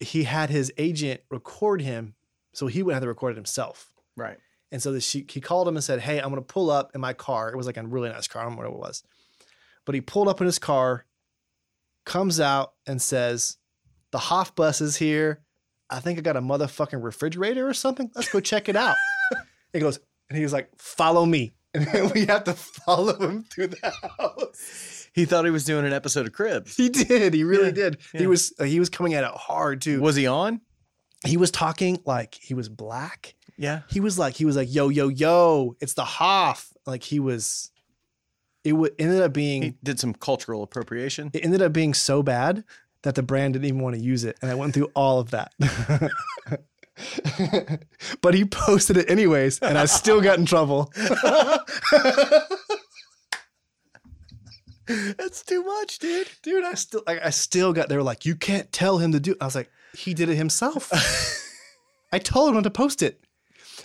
Speaker 3: he had his agent record him. So he would have to record it himself.
Speaker 1: right.
Speaker 3: And so the, she, he called him and said, Hey, I'm going to pull up in my car. It was like a really nice car. I don't remember what it was. But he pulled up in his car, comes out and says, The Hoff bus is here. I think I got a motherfucking refrigerator or something. Let's go check it out. he goes, And he was like, Follow me. And we have to follow him through the house.
Speaker 1: He thought he was doing an episode of Cribs.
Speaker 3: He did. He really
Speaker 1: Yeah,
Speaker 3: did. He
Speaker 1: yeah.
Speaker 3: was he was coming at it hard too.
Speaker 1: Was he on?
Speaker 3: He was talking like he was black
Speaker 1: Yeah.
Speaker 3: he was like he was like yo yo yo it's the hoff like he was it w- ended up being
Speaker 1: He did some cultural appropriation.
Speaker 3: it ended up being so bad that the brand didn't even want to use it and i went through all of that but he posted it anyways and i still got in trouble
Speaker 1: That's too much, dude.
Speaker 3: dude i still I, I still got they were like you can't tell him to do i was like he did it himself i told him not to post it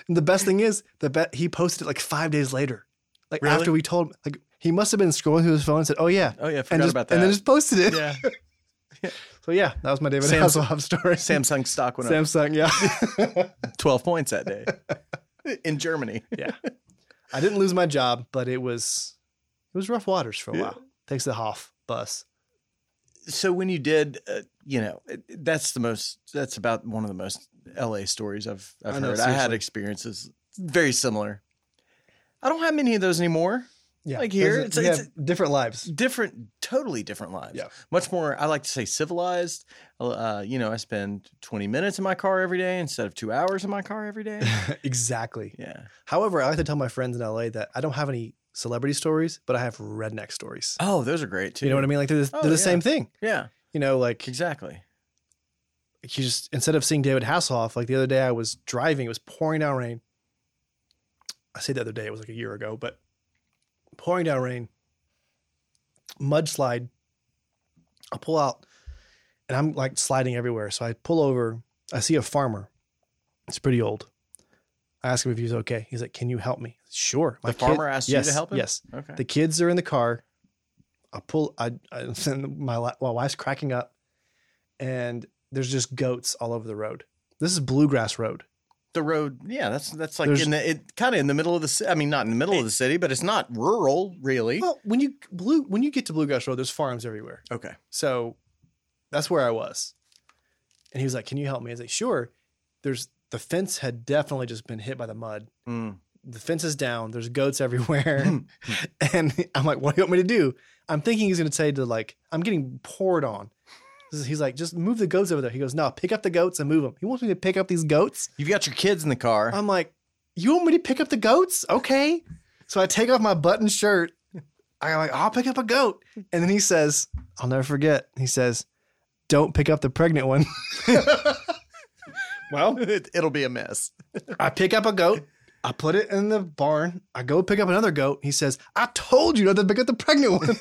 Speaker 3: and the best thing is the bet he posted it like five days later like
Speaker 1: Really?
Speaker 3: after we told him like he must have been scrolling through his phone and said oh yeah
Speaker 1: Oh yeah, I forgot
Speaker 3: and just,
Speaker 1: about that.
Speaker 3: and then just posted it
Speaker 1: yeah.
Speaker 3: so yeah that was my david
Speaker 1: Samsung-
Speaker 3: hasselhoff story
Speaker 1: Samsung stock went up
Speaker 3: samsung yeah
Speaker 1: 12 points that day in Germany.
Speaker 3: yeah i didn't lose my job but it was it was rough waters for a
Speaker 1: Yeah.
Speaker 3: while thanks to the hoff bus
Speaker 1: So when you did, uh, you know, it- that's the most, that's about one of the most LA stories I've, I've
Speaker 3: I know,
Speaker 1: heard. I had
Speaker 3: seriously.
Speaker 1: experiences very similar. I don't have many of those anymore.
Speaker 3: yeah
Speaker 1: Like here,
Speaker 3: There's a-
Speaker 1: it's-
Speaker 3: you
Speaker 1: it's-
Speaker 3: have different lives
Speaker 1: Different, totally different lives.
Speaker 3: Yeah.
Speaker 1: Much more, I like to say civilized. Uh, you know, I spend 20 minutes in my car every day instead of two hours in my car every day.
Speaker 3: exactly
Speaker 1: yeah.
Speaker 3: However, I like to tell my friends in LA that I don't have any celebrity stories, but I have redneck stories.
Speaker 1: Oh, those are great too.
Speaker 3: You know what I mean? Like they're, the-
Speaker 1: Oh,
Speaker 3: they're the
Speaker 1: yeah.
Speaker 3: same thing.
Speaker 1: Yeah,
Speaker 3: You know, like you
Speaker 1: exactly.
Speaker 3: just instead of seeing David Hasselhoff, like the other day I was driving, it was pouring down rain. I say the other day, it was like a year ago, but pouring down rain, mudslide. I pull out and I'm like sliding everywhere. So I pull over, I see a farmer. It's pretty old. I ask him if he's okay. He's like, Can you help me? Sure.
Speaker 1: The farmer asked you to help him?
Speaker 3: Yes.
Speaker 1: Okay.
Speaker 3: The kids are in the car. I pull. I, I and my li- my wife's cracking up, and there's just goats all over the road. This is bluegrass road.
Speaker 1: the road yeah that's that's like
Speaker 3: There's-
Speaker 1: in the it kind of in the middle of the ci- i mean not in the middle of the city but it's not rural really
Speaker 3: Well, when you blue when you get to bluegrass road, there's farms everywhere.
Speaker 1: okay
Speaker 3: So that's where I was. And he was like, "Can you help me?" I was like, "Sure." There's the fence had definitely just been hit by the mud.
Speaker 1: Mm.
Speaker 3: The fence is down. There's goats everywhere, and I'm like, "What do you want me to do?" I'm thinking he's going to say to like, "I'm getting poured on." This is- He's like, "Just move the goats over there." He goes, "No, pick up the goats and move them." He wants me to pick up these goats. Um,
Speaker 1: you've got your kids in the car
Speaker 3: I'm like, "You want me to pick up the goats? Okay." So I take off my button shirt. I'm like, I'll pick up a goat. And then he says, I'll never forget. He says, Don't pick up the pregnant one. well,
Speaker 1: It, it'll be a mess.
Speaker 3: I pick up a goat. I put it in the barn. I go pick up another goat. He says, I told you not to pick up the pregnant one.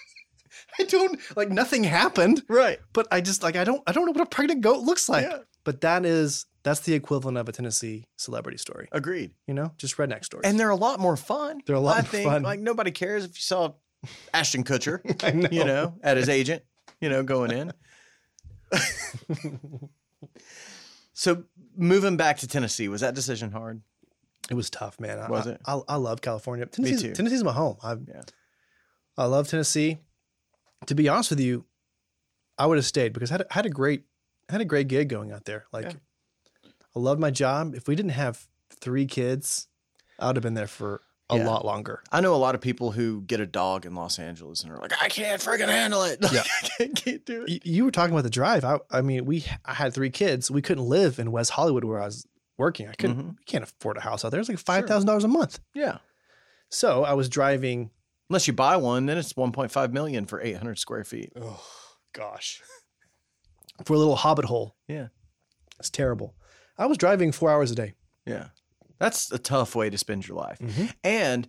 Speaker 3: I don't like nothing happened,
Speaker 1: Right.
Speaker 3: but I just like I don't I don't know what a pregnant goat looks like.
Speaker 1: Yeah.
Speaker 3: But that is that's the equivalent of a Tennessee celebrity story.
Speaker 1: Agreed.
Speaker 3: You know, just redneck stories.
Speaker 1: And they're a lot more fun.
Speaker 3: They're a lot
Speaker 1: I
Speaker 3: more
Speaker 1: think,
Speaker 3: fun.
Speaker 1: Like nobody cares if you saw Ashton Kutcher,
Speaker 3: I know.
Speaker 1: you know, at his agent, you know, going in. so moving back to Tennessee, was that decision hard?
Speaker 3: It was tough, man. I,
Speaker 1: Was
Speaker 3: I-
Speaker 1: it?
Speaker 3: I, I love California. Tennessee's,
Speaker 1: too.
Speaker 3: Tennessee's my home. I,
Speaker 1: Yeah.
Speaker 3: I love Tennessee. To be honest with you, I would have stayed because I had, a- had a great I had a great gig going out there. Like,
Speaker 1: Yeah.
Speaker 3: I loved my job. If we didn't have three kids, I would have been there for a
Speaker 1: Yeah.
Speaker 3: lot longer.
Speaker 1: I know a lot of people who get a dog in Los Angeles and are like, I can't freaking handle it. Like,
Speaker 3: Yeah.
Speaker 1: I can't, can't do it.
Speaker 3: You, you were talking about the drive. I, I mean, we I had three kids. We couldn't live in West Hollywood where I was working. I couldn't.
Speaker 1: Mhm.
Speaker 3: We can't afford a house out there. It's like five thousand dollars a month.
Speaker 1: Yeah.
Speaker 3: So I was driving.
Speaker 1: Unless you buy one, then it's 1.5 million for 800 square feet.
Speaker 3: Oh gosh. For a little hobbit hole.
Speaker 1: Yeah.
Speaker 3: It's terrible. I was driving four hours a day.
Speaker 1: Yeah. That's a tough way to spend your life. And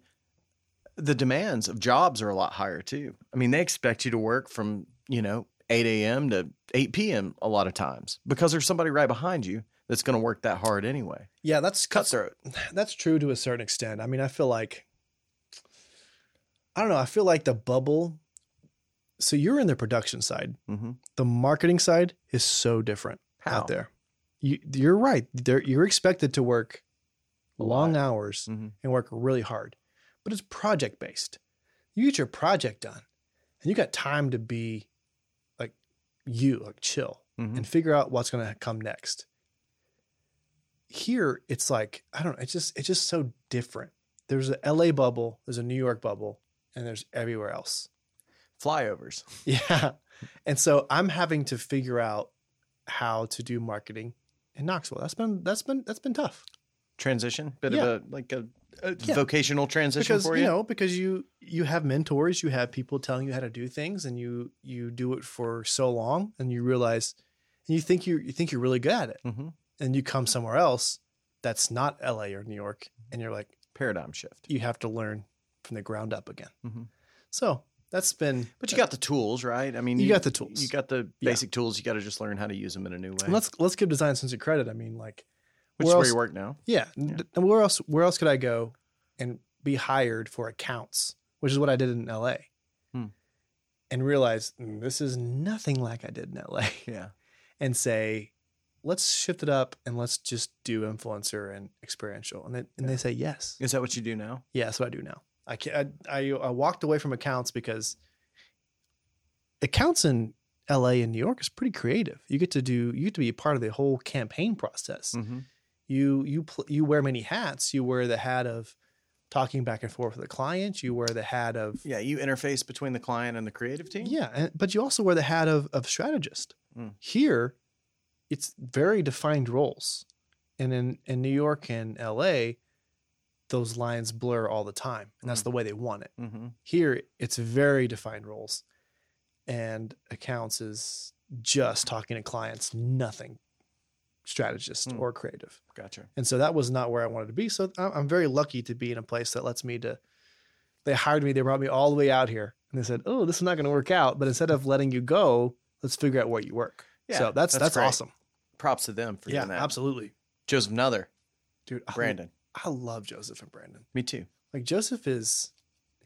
Speaker 1: the demands of jobs are a lot higher too. I mean, they expect you to work from, you know, 8 a.m. to 8 p.m. a lot of times because there's somebody right behind you that's going to work that hard anyway.
Speaker 3: Yeah, that's
Speaker 1: Cutthroat.
Speaker 3: that's true to a certain extent. I mean, I feel like I don't know, I feel like the bubble so you're in the production side.
Speaker 1: Mm-hmm.
Speaker 3: The marketing side is so different
Speaker 1: How?
Speaker 3: out there. You you're right. There you're expected to work
Speaker 1: A
Speaker 3: long
Speaker 1: lot.
Speaker 3: hours
Speaker 1: hmm
Speaker 3: and work really hard. But it's project based. You get your project done and you got time to be like you, like chill
Speaker 1: Mhm.
Speaker 3: and figure out what's going to come next. Here it's like, I don't know, it's just it's just so different. There's a LA bubble, there's a New York bubble, and there's everywhere else.
Speaker 1: Flyovers.
Speaker 3: Yeah. And so I'm having to figure out how to do marketing in Knoxville. That's been that's been that's been tough.
Speaker 1: Transition. Bit
Speaker 3: Yeah.
Speaker 1: of a, like a, a
Speaker 3: Yeah.
Speaker 1: vocational transition
Speaker 3: because
Speaker 1: for
Speaker 3: you
Speaker 1: you.
Speaker 3: know because you you have mentors you have people telling you how to do things and you you do it for so long and you realize and you think you you think you're really good at it
Speaker 1: hmm
Speaker 3: and you come somewhere else that's not LA or New York and you're like
Speaker 1: Paradigm shift.
Speaker 3: you have to learn from the ground up again
Speaker 1: Mhm.
Speaker 3: so that's been
Speaker 1: But you got the tools, right? I mean,
Speaker 3: You got the tools.
Speaker 1: You got the
Speaker 3: Yeah.
Speaker 1: basic tools. You got to just learn how to use them in a new way.
Speaker 3: and let's let's give design sense of credit I mean like
Speaker 1: which
Speaker 3: where
Speaker 1: is where
Speaker 3: else-
Speaker 1: you work now.
Speaker 3: yeah, th- and where else where else could I go and be hired for accounts which is what I did in LA
Speaker 1: Hmm.
Speaker 3: and realize "Mm, this is nothing like I did in LA
Speaker 1: Yeah.
Speaker 3: and say, let's shift it up and let's just do influencer and experiential. And, then, and they say, yes.
Speaker 1: Is that what you do now?
Speaker 3: Yeah, that's what I do now. I, can, I, I, I walked away from accounts because accounts in LA and New York is pretty creative. You get to do, you get to be a part of the whole campaign process.
Speaker 1: Mm-hmm.
Speaker 3: You, you, pl- you wear many hats. You wear the hat of talking back and forth with the client. You wear the hat of,
Speaker 1: Yeah, you interface between the client and the creative team.
Speaker 3: Yeah, and, but you also wear the hat of of strategist.
Speaker 1: Mm.
Speaker 3: Here, it's very defined roles, and in in New York and L.A., those lines blur all the time, and that's
Speaker 1: Mhm.
Speaker 3: the way they want it.
Speaker 1: Mm-hmm.
Speaker 3: Here, it's very defined roles, and accounts is just talking to clients, nothing strategist
Speaker 1: Mm.
Speaker 3: or creative.
Speaker 1: Gotcha.
Speaker 3: And so that was not where I wanted to be. So I- I'm very lucky to be in a place that lets me to. They hired me. They brought me all the way out here, and they said, "Oh, this is not going to work out." But instead of letting you go, let's figure out where you work.
Speaker 1: Yeah,
Speaker 3: so that's
Speaker 1: that's
Speaker 3: that's,
Speaker 1: great
Speaker 3: awesome.
Speaker 1: Props to them for
Speaker 3: Yeah, Oh,
Speaker 1: doing that.
Speaker 3: absolutely,
Speaker 1: Joseph Nother,
Speaker 3: dude. I-
Speaker 1: Brandon.
Speaker 3: I love Joseph and Brandon.
Speaker 1: Me too.
Speaker 3: Like Joseph is,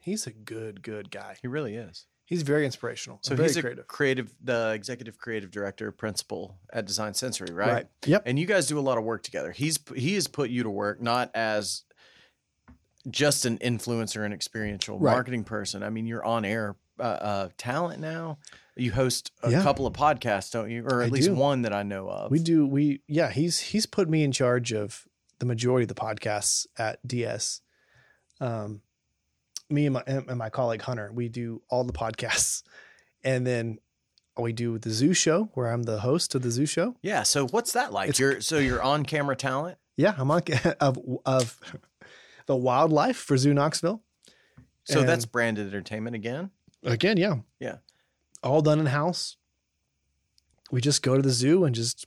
Speaker 3: he's a good good guy.
Speaker 1: He really is.
Speaker 3: He's very inspirational.
Speaker 1: So
Speaker 3: very
Speaker 1: he's a
Speaker 3: creative,
Speaker 1: creative, the executive creative director, principal at Design Sensory, right?
Speaker 3: Yep.
Speaker 1: And you guys do a lot of work together. He's he has put you to work not as just an influencer and experiential
Speaker 3: Right.
Speaker 1: marketing person. I mean, you're on air uh, uh, talent now. You host a
Speaker 3: Yeah.
Speaker 1: couple of podcasts, don't you? Or at
Speaker 3: I
Speaker 1: least
Speaker 3: do.
Speaker 1: one that I know of.
Speaker 3: We do. We yeah. He's he's put me in charge of the majority of the podcasts at DS. Um, me and my and my colleague Hunter, we do all the podcasts, and then we do the Zoo Show, where I'm the host of the Zoo Show.
Speaker 1: Yeah. So what's that like?
Speaker 3: It's-
Speaker 1: You're so you're on camera talent.
Speaker 3: Yeah, I'm on of of the wildlife for Zoo Knoxville.
Speaker 1: So
Speaker 3: And-
Speaker 1: that's branded entertainment again.
Speaker 3: Again, yeah.
Speaker 1: Yeah.
Speaker 3: All done in house. We just go to the zoo and just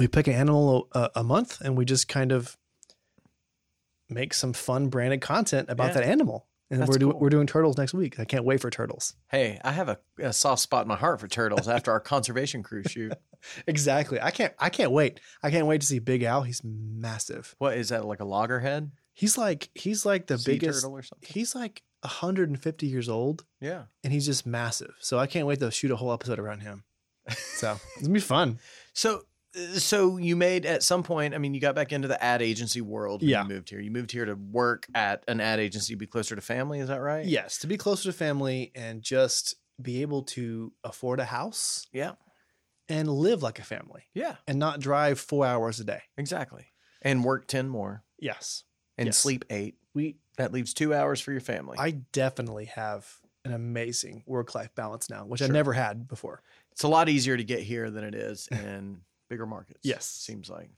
Speaker 3: we pick an animal a, a month and we just kind of make some fun branded content about
Speaker 1: Yeah.
Speaker 3: that animal. And
Speaker 1: That's
Speaker 3: we're doing
Speaker 1: cool.
Speaker 3: we're doing turtles next week. I can't wait for turtles.
Speaker 1: Hey, I have a, a soft spot in my heart for turtles after our conservation crew shoot.
Speaker 3: Exactly. I can't I can't wait. I can't wait to see Big Al. He's massive.
Speaker 1: What is that like a loggerhead?
Speaker 3: He's like he's like the
Speaker 1: sea
Speaker 3: biggest
Speaker 1: turtle or something?
Speaker 3: he's like 150 years old
Speaker 1: Yeah.
Speaker 3: and he's just massive. So I can't wait to shoot a whole episode around him. So it's gonna be fun.
Speaker 1: So uh, so you made at some point, I mean, you got back into the ad agency world when
Speaker 3: Yeah.
Speaker 1: you moved here. You moved here to work at an ad agency, be closer to family, is that right?
Speaker 3: Yes, to be closer to family and just be able to afford a house
Speaker 1: Yeah.
Speaker 3: and live like a family
Speaker 1: Yeah,
Speaker 3: and not drive four hours a day.
Speaker 1: exactly. And work 10 more
Speaker 3: Yes.
Speaker 1: and
Speaker 3: Yes.
Speaker 1: sleep 8.
Speaker 3: We
Speaker 1: That leaves 2 hours for your family.
Speaker 3: I definitely have an amazing work life balance now, which I
Speaker 1: Sure.
Speaker 3: never had before.
Speaker 1: it's a lot easier to get here than it is in bigger markets.
Speaker 3: Yes.
Speaker 1: seems like.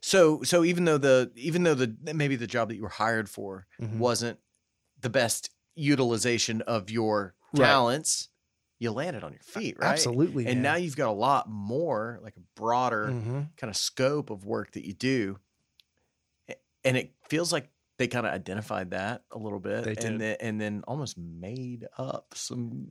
Speaker 1: So so even though the even though the maybe the job that you were hired for
Speaker 3: Mm-hmm.
Speaker 1: wasn't the best utilization of your
Speaker 3: Right.
Speaker 1: talents, you landed on your feet, right?
Speaker 3: Absolutely.
Speaker 1: And now you've got a lot more, like a broader
Speaker 3: hmm
Speaker 1: kind of scope of work that you do. A- And it feels like they kind of identified that a little bit
Speaker 3: They did.
Speaker 1: and then and then almost made up some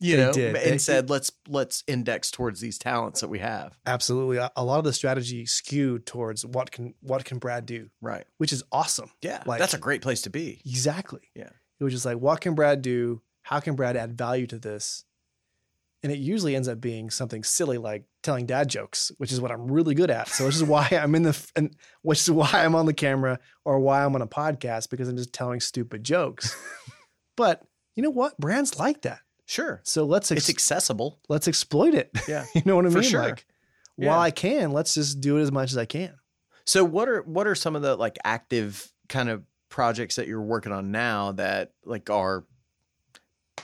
Speaker 3: you
Speaker 1: know, and said let's let's index towards these talents that we have.
Speaker 3: absolutely a a lot of the strategy skewed towards what can what can Brad do,
Speaker 1: Right.
Speaker 3: which is awesome.
Speaker 1: Yeah.
Speaker 3: Like-
Speaker 1: that's a great place to be.
Speaker 3: Exactly.
Speaker 1: Yeah.
Speaker 3: It was just like, what can Brad do? How can Brad add value to this? And it usually ends up being something silly like telling dad jokes, which is what I'm really good at. So, which is why I'm in the, and which is why I'm on the camera or why I'm on a podcast because I'm just telling stupid jokes. but you know what? Brands like that.
Speaker 1: Sure.
Speaker 3: So let's
Speaker 1: It's
Speaker 3: ex-
Speaker 1: accessible.
Speaker 3: let's exploit it.
Speaker 1: Yeah.
Speaker 3: you know what I
Speaker 1: For
Speaker 3: mean?
Speaker 1: sure.
Speaker 3: Like,
Speaker 1: Yeah.
Speaker 3: while I can, let's just do it as much as I can.
Speaker 1: So what are what are some of the like active kind of projects that you're working on now that like are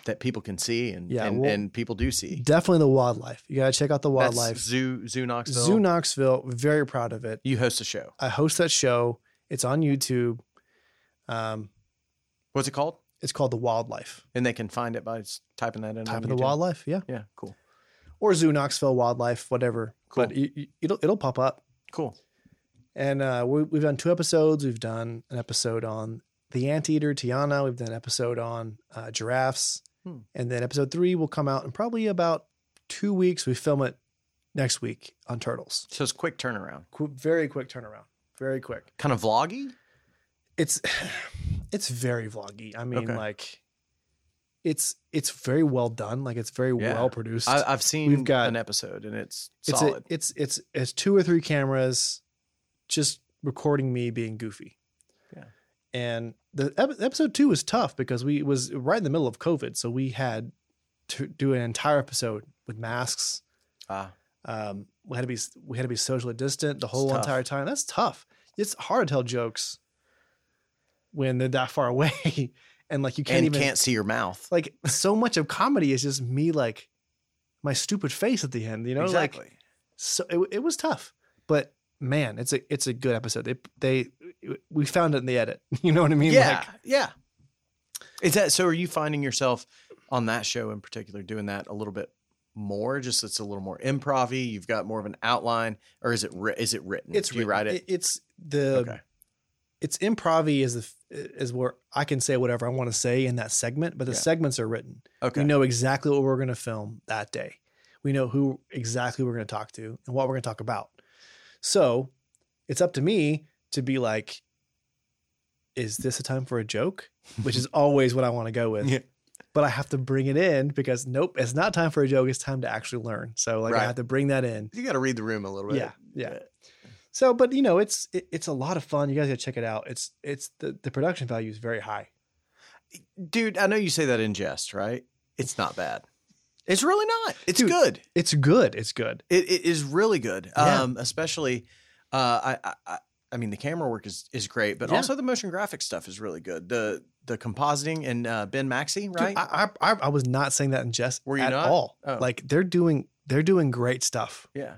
Speaker 1: that people can see and
Speaker 3: Yeah,
Speaker 1: and,
Speaker 3: well,
Speaker 1: and people do see?
Speaker 3: Definitely the wildlife. You gotta check out the
Speaker 1: That's
Speaker 3: wildlife.
Speaker 1: Zoo Zoo Knoxville.
Speaker 3: Zoo Knoxville, very proud of it.
Speaker 1: you host a show.
Speaker 3: I host that show. It's on YouTube. Um,
Speaker 1: What's it called?
Speaker 3: it's called The Wildlife.
Speaker 1: And they can find it by s- typing that in.
Speaker 3: Type
Speaker 1: on
Speaker 3: in The
Speaker 1: YouTube?
Speaker 3: Wildlife, yeah,
Speaker 1: Yeah, cool.
Speaker 3: or Zoo Knoxville Wildlife, whatever.
Speaker 1: Cool.
Speaker 3: But you, you- it'll it'll pop up.
Speaker 1: Cool.
Speaker 3: And uh, we, we've done two episodes. We've done an episode on the anteater Tiana. We've done an episode on uh, giraffes,
Speaker 1: Hmm.
Speaker 3: and then episode three will come out in probably about two weeks. We film it next week on turtles.
Speaker 1: So it's quick turnaround.
Speaker 3: Qu- very quick turnaround. Very quick.
Speaker 1: Kind of vloggy?
Speaker 3: it's it's very vloggy. I mean,
Speaker 1: Okay.
Speaker 3: like it's it's very well done. Like it's very
Speaker 1: Yeah.
Speaker 3: well produced.
Speaker 1: I, I've seen
Speaker 3: We've got-
Speaker 1: an episode and it's
Speaker 3: it's
Speaker 1: solid.
Speaker 3: a, it's it's it's two or three cameras, just recording me being goofy.
Speaker 1: Yeah.
Speaker 3: And the ep- episode two was tough because we it was right in the middle of COVID, so we had to do an entire episode with masks.
Speaker 1: Ah,
Speaker 3: Um, we had to be we had to be socially distant the
Speaker 1: It's
Speaker 3: whole
Speaker 1: tough.
Speaker 3: entire time. That's tough. It's hard to tell jokes when they're that far away, and like you can't
Speaker 1: and
Speaker 3: even
Speaker 1: can't see your mouth.
Speaker 3: like so much of comedy is just me like my stupid face at the end. You know, like
Speaker 1: exactly.
Speaker 3: so it, it was tough, but man, it's a it's a good episode. They they we found it in the edit. You know what I mean?
Speaker 1: yeah,
Speaker 3: Like,
Speaker 1: yeah. Is that so? Are you finding yourself on that show in particular doing that a little bit more? Just it's a little more improv You've got more of an outline, or is it wri- is it written?
Speaker 3: it's
Speaker 1: Do you write
Speaker 3: written. um,
Speaker 1: it?
Speaker 3: It's the
Speaker 1: okay,
Speaker 3: it's improv is the is where I can say whatever I want to say in that segment, but the
Speaker 1: Yeah.
Speaker 3: segments are written.
Speaker 1: okay.
Speaker 3: We know exactly what we're going to film that day. We know who exactly we're going to talk to and what we're going to talk about. So it's up to me to be like, is this a time for a joke? Which is always what I want to go with.
Speaker 1: Yeah.
Speaker 3: But I have to bring it in because nope, it's not time for a joke. It's time to actually learn. So like I
Speaker 1: Right.
Speaker 3: have to bring that in.
Speaker 1: you got to read the room a little bit.
Speaker 3: Yeah, yeah. So, but you know, it's it, it's a lot of fun. You guys got to check it out. It's it's the the production value is very high.
Speaker 1: dude. I know you say that in jest, right? It's not bad. It's really not. It's
Speaker 3: Dude.
Speaker 1: good.
Speaker 3: It's good. It's good.
Speaker 1: It, it is really good.
Speaker 3: Yeah.
Speaker 1: Um, especially, uh, I- I, I, I mean, the camera work is, is great, but
Speaker 3: Yeah.
Speaker 1: also the motion graphic stuff is really good. The the compositing and uh, Ben Maxey,
Speaker 3: Dude,
Speaker 1: right?
Speaker 3: I, I I- I was not saying that in jest
Speaker 1: Were you
Speaker 3: at
Speaker 1: not?
Speaker 3: all.
Speaker 1: Oh.
Speaker 3: Like they're doing they're doing great stuff.
Speaker 1: yeah,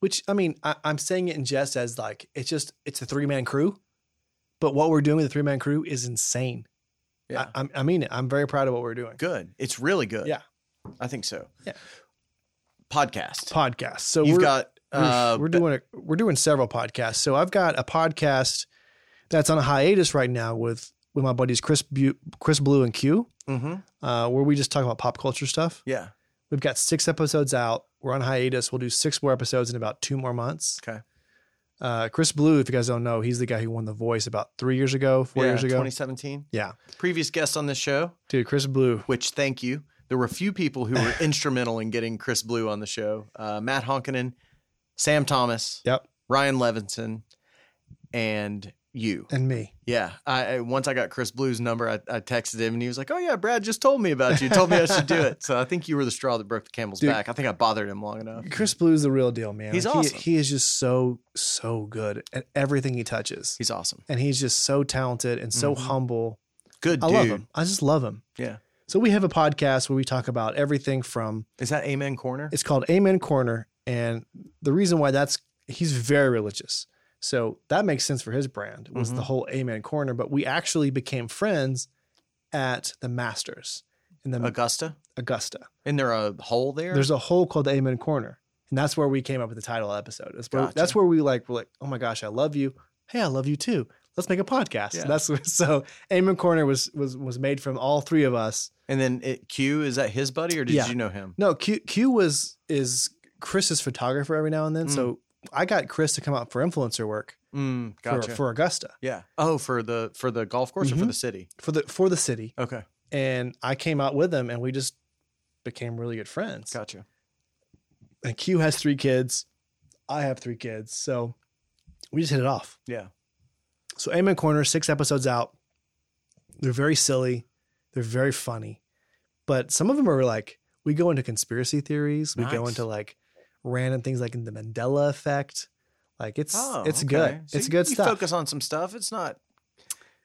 Speaker 3: Which I mean, I, I'm saying it in jest as like it's just it's a three man crew, But what we're doing with the three man crew is insane.
Speaker 1: Yeah.
Speaker 3: I, I'm- I mean it. I'm very proud of what we're doing.
Speaker 1: Good. It's really good.
Speaker 3: Yeah.
Speaker 1: I think so.
Speaker 3: Yeah.
Speaker 1: Podcast.
Speaker 3: Podcast. So
Speaker 1: You've
Speaker 3: we're,
Speaker 1: got
Speaker 3: we're,
Speaker 1: uh,
Speaker 3: we're doing a, we're doing several podcasts. So I've got a podcast that's on a hiatus right now with with my buddies Chris Bu- Chris Blue and Q,
Speaker 1: hmm
Speaker 3: uh, where we just talk about pop culture stuff.
Speaker 1: Yeah.
Speaker 3: We've got six episodes out. We're on hiatus. We'll do six more episodes in about two more months.
Speaker 1: Okay.
Speaker 3: Uh, Chris Blue, if you guys don't know, he's the guy who won The Voice about three years ago, four
Speaker 1: Yeah,
Speaker 3: years ago.
Speaker 1: 2017.
Speaker 3: Yeah,
Speaker 1: Previous guest on this show,
Speaker 3: dude, Chris Blue.
Speaker 1: which thank you. There were a few people who were instrumental in getting Chris Blue on the show. Uh, Matt Honkinen, Sam Thomas,
Speaker 3: Yep,
Speaker 1: Ryan Levinson, and you.
Speaker 3: and me.
Speaker 1: Yeah. I, I once I got Chris Blue's number, I, I texted him and he was like, "Oh yeah, Brad just told me about you. Told me I should do it." So I think you were the straw that broke the camel's
Speaker 3: Dude.
Speaker 1: back. I think I bothered him long enough.
Speaker 3: Chris Blue's the real deal, man.
Speaker 1: He's
Speaker 3: he-
Speaker 1: awesome.
Speaker 3: He, is just so so good at everything he touches,
Speaker 1: He's awesome.
Speaker 3: and he's just so talented and so
Speaker 1: Mhm.
Speaker 3: humble.
Speaker 1: Good
Speaker 3: I
Speaker 1: dude.
Speaker 3: love him. I just love him.
Speaker 1: Yeah.
Speaker 3: So we have a podcast where we talk about everything from
Speaker 1: Is that Amen Corner?
Speaker 3: It's called Amen Corner, and the reason why that's he's very religious, so that makes sense for his brand was the
Speaker 1: Mhm.
Speaker 3: whole Amen Corner. But we actually became friends at the Masters in the
Speaker 1: Augusta?
Speaker 3: Augusta.
Speaker 1: Isn't there a hole there?
Speaker 3: There's a hole called the Amen Corner, and that's where we came up with the title of the episode. That's where,
Speaker 1: Gotcha.
Speaker 3: that's where we like were like, oh my gosh, I love you. Hey, I love you too. Let's make a podcast.
Speaker 1: Yeah.
Speaker 3: That's so Amen Corner was was was made from all three of us.
Speaker 1: and then it, Q is that his buddy or did
Speaker 3: Yeah.
Speaker 1: you know him?
Speaker 3: No, Q Q was is Chris's photographer every now and then.
Speaker 1: Mm.
Speaker 3: So I got Chris to come out for influencer work
Speaker 1: Mm,
Speaker 3: for-
Speaker 1: gotcha.
Speaker 3: for, Augusta
Speaker 1: yeah. Oh, for the for the golf course or for
Speaker 3: Mhm.
Speaker 1: the city?
Speaker 3: for the for the city,
Speaker 1: Okay.
Speaker 3: and I came out with him, and we just became really good friends.
Speaker 1: Gotcha.
Speaker 3: And Q has three kids, I have three kids, so we just hit it off.
Speaker 1: Yeah.
Speaker 3: So Amen Corner, six episodes out. They're very silly, they're very funny, but some of them are like we go into conspiracy theories, we go
Speaker 1: Nice.
Speaker 3: into like random things like in the Mandela effect. Like it's
Speaker 1: Oh,
Speaker 3: it's
Speaker 1: okay.
Speaker 3: good.
Speaker 1: So
Speaker 3: it's
Speaker 1: you-
Speaker 3: good
Speaker 1: you
Speaker 3: stuff.
Speaker 1: Focus on some stuff. It's not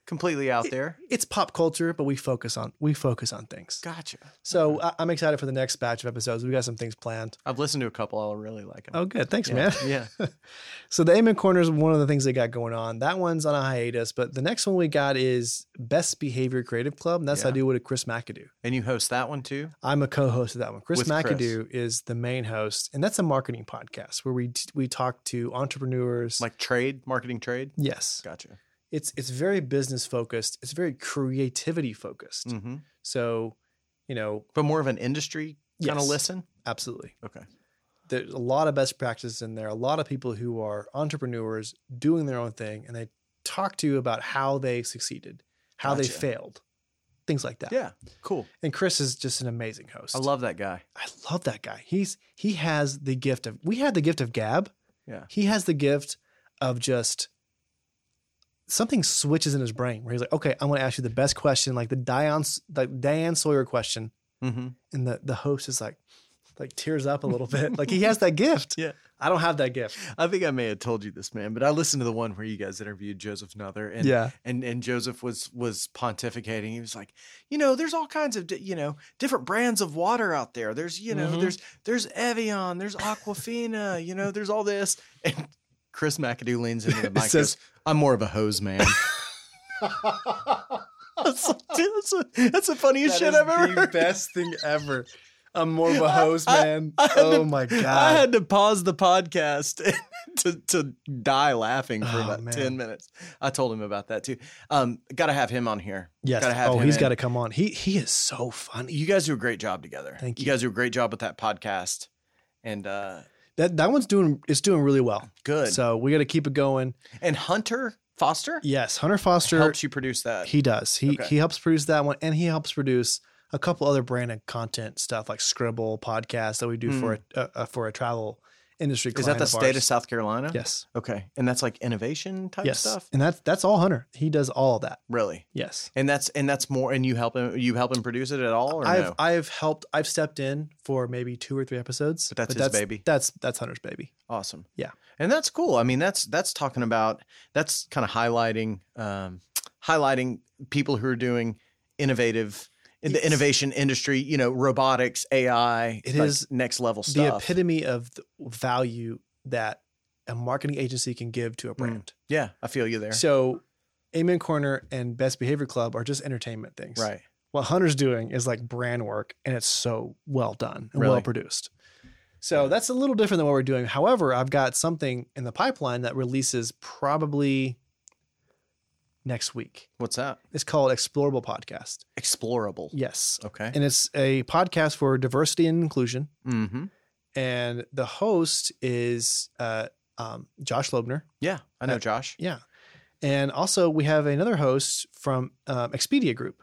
Speaker 1: completely out there.
Speaker 3: It's pop culture, but we focus on we focus on things.
Speaker 1: Gotcha.
Speaker 3: So I, I'm excited for the next batch of episodes. We got some things planned.
Speaker 1: I've listened to a couple. I'll really like it.
Speaker 3: Oh, good. Thanks,
Speaker 1: yeah.
Speaker 3: man.
Speaker 1: Yeah.
Speaker 3: So the Amen Corner is one of the things they got going on. That one's on a hiatus, but the next one we got is Best Behavior Creative Club. And that's
Speaker 1: Yeah.
Speaker 3: I do with Chris McAdoo.
Speaker 1: And you host that one too?
Speaker 3: I'm a co-host of that one. Chris
Speaker 1: With Chris.
Speaker 3: McAdoo is the main host, and that's a marketing podcast where we we talk to entrepreneurs.
Speaker 1: Like trade, marketing trade?
Speaker 3: yes,
Speaker 1: Gotcha.
Speaker 3: it's it's very business focused. It's very creativity focused.
Speaker 1: hmm
Speaker 3: So, you know,
Speaker 1: But more of an industry kind of
Speaker 3: Yes.
Speaker 1: listen?
Speaker 3: absolutely.
Speaker 1: Okay.
Speaker 3: There's a lot of best practices in there. A lot of people who are entrepreneurs doing their own thing, and they talk to you about how they succeeded, how they
Speaker 1: Gotcha.
Speaker 3: failed, things like that.
Speaker 1: Yeah. Cool.
Speaker 3: And Chris is just an amazing host.
Speaker 1: I love that guy.
Speaker 3: I love that guy. He's he has the gift of we had the gift of gab.
Speaker 1: Yeah.
Speaker 3: He has the gift of just something switches in his brain where he's like, okay, I'm gonna ask you the best question, like the Diane like Diane Sawyer question.
Speaker 1: Mm-hmm.
Speaker 3: And the, the host is like like tears up a little bit. Like he has that gift.
Speaker 1: Yeah.
Speaker 3: I don't have that gift.
Speaker 1: I think I may have told you this, man, but I listened to the one where you guys interviewed Joseph Nother and
Speaker 3: yeah.
Speaker 1: and and Joseph was was pontificating. He was like, you know, there's all kinds of di- you know different brands of water out there. There's you know
Speaker 3: Mhm.
Speaker 1: there's there's Evian, there's Aquafina, you know, there's all this. And Chris McAdoo leans into the mic.
Speaker 3: Says-
Speaker 1: Says, I'm more of a hose man. that's, that's, that's the funniest shit I've ever heard.
Speaker 3: best thing ever. I'm more of a
Speaker 1: hose I-
Speaker 3: man.
Speaker 1: I had Oh to-
Speaker 3: my god.
Speaker 1: I had to pause the podcast to, to die laughing for
Speaker 3: Oh,
Speaker 1: about
Speaker 3: man.
Speaker 1: 10 minutes. I told him about that too. Um, got to have him on here.
Speaker 3: yes.
Speaker 1: Gotta have
Speaker 3: oh,
Speaker 1: him
Speaker 3: he's
Speaker 1: in.
Speaker 3: got to come on. He he is so funny.
Speaker 1: You guys do a great job together.
Speaker 3: Thank
Speaker 1: You
Speaker 3: you.
Speaker 1: guys do a great job with that podcast. And uh,
Speaker 3: That that one's doing it's doing really well.
Speaker 1: good.
Speaker 3: So we got to keep it going.
Speaker 1: and Hunter Foster
Speaker 3: Yes, Hunter Foster.
Speaker 1: helps you produce that.
Speaker 3: He does. He
Speaker 1: Okay.
Speaker 3: he helps produce that one, and he helps produce a couple other branded content stuff like Scribble podcast that we do for a, uh, uh, for a travel industry.
Speaker 1: Hmm. Is that
Speaker 3: client
Speaker 1: the
Speaker 3: of
Speaker 1: state of
Speaker 3: ours.
Speaker 1: South Carolina?
Speaker 3: Yes.
Speaker 1: Okay. And that's like innovation type
Speaker 3: Yes.
Speaker 1: stuff?
Speaker 3: And that's that's all Hunter. He does all of that.
Speaker 1: Really?
Speaker 3: Yes.
Speaker 1: And that's and that's more and you help him you help him produce it at all or
Speaker 3: I've
Speaker 1: no?
Speaker 3: I've helped. I've stepped in for maybe two or three episodes.
Speaker 1: But that's his baby.
Speaker 3: That's that's Hunter's baby.
Speaker 1: Awesome.
Speaker 3: Yeah.
Speaker 1: And that's cool. I mean, that's that's talking about that's kind of highlighting um, highlighting people who are doing innovative in the
Speaker 3: It's-
Speaker 1: innovation industry, you know, robotics, AI, It
Speaker 3: It
Speaker 1: is
Speaker 3: is
Speaker 1: next level
Speaker 3: The
Speaker 1: stuff.
Speaker 3: epitome of the value that a marketing agency can give to a brand.
Speaker 1: yeah, I feel you there.
Speaker 3: So Amen Corner and Best Behavior Club are just entertainment things.
Speaker 1: Right.
Speaker 3: What Hunter's doing is like brand work, and it's so well done and
Speaker 1: Really?
Speaker 3: well produced. So that's a little different than what we're doing. However, I've got something in the pipeline that releases probably next week.
Speaker 1: What's that?
Speaker 3: It's called Explorable Podcast.
Speaker 1: Explorable.
Speaker 3: Yes.
Speaker 1: Okay.
Speaker 3: And it's a podcast for diversity and inclusion.
Speaker 1: Mm-hmm.
Speaker 3: And the host is uh, um, Josh Loebner.
Speaker 1: Yeah, I
Speaker 3: Uh,
Speaker 1: know, Josh.
Speaker 3: Yeah. And also, we have another host from um, Expedia Group.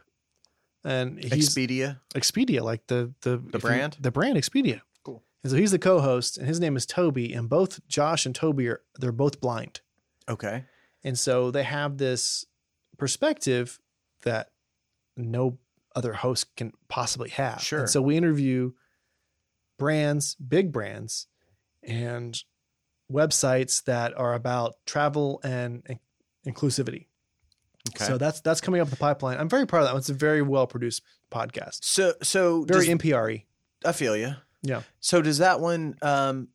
Speaker 3: And he's
Speaker 1: Expedia.
Speaker 3: Expedia, like the the, if you-
Speaker 1: brand?
Speaker 3: the brand Expedia.
Speaker 1: Cool.
Speaker 3: And so he's the co-host, and his name is Toby. And both Josh and Toby are they're both blind,
Speaker 1: Okay.
Speaker 3: and so they have this perspective that no other host can possibly have.
Speaker 1: Sure.
Speaker 3: And so we interview brands, big brands, and websites that are about travel and in- inclusivity.
Speaker 1: Okay.
Speaker 3: So that's that's coming up the pipeline. I'm very proud of that. one. It's a very well produced podcast.
Speaker 1: So so
Speaker 3: Very
Speaker 1: does-
Speaker 3: NPR y.
Speaker 1: I feel you.
Speaker 3: Yeah.
Speaker 1: So does that one um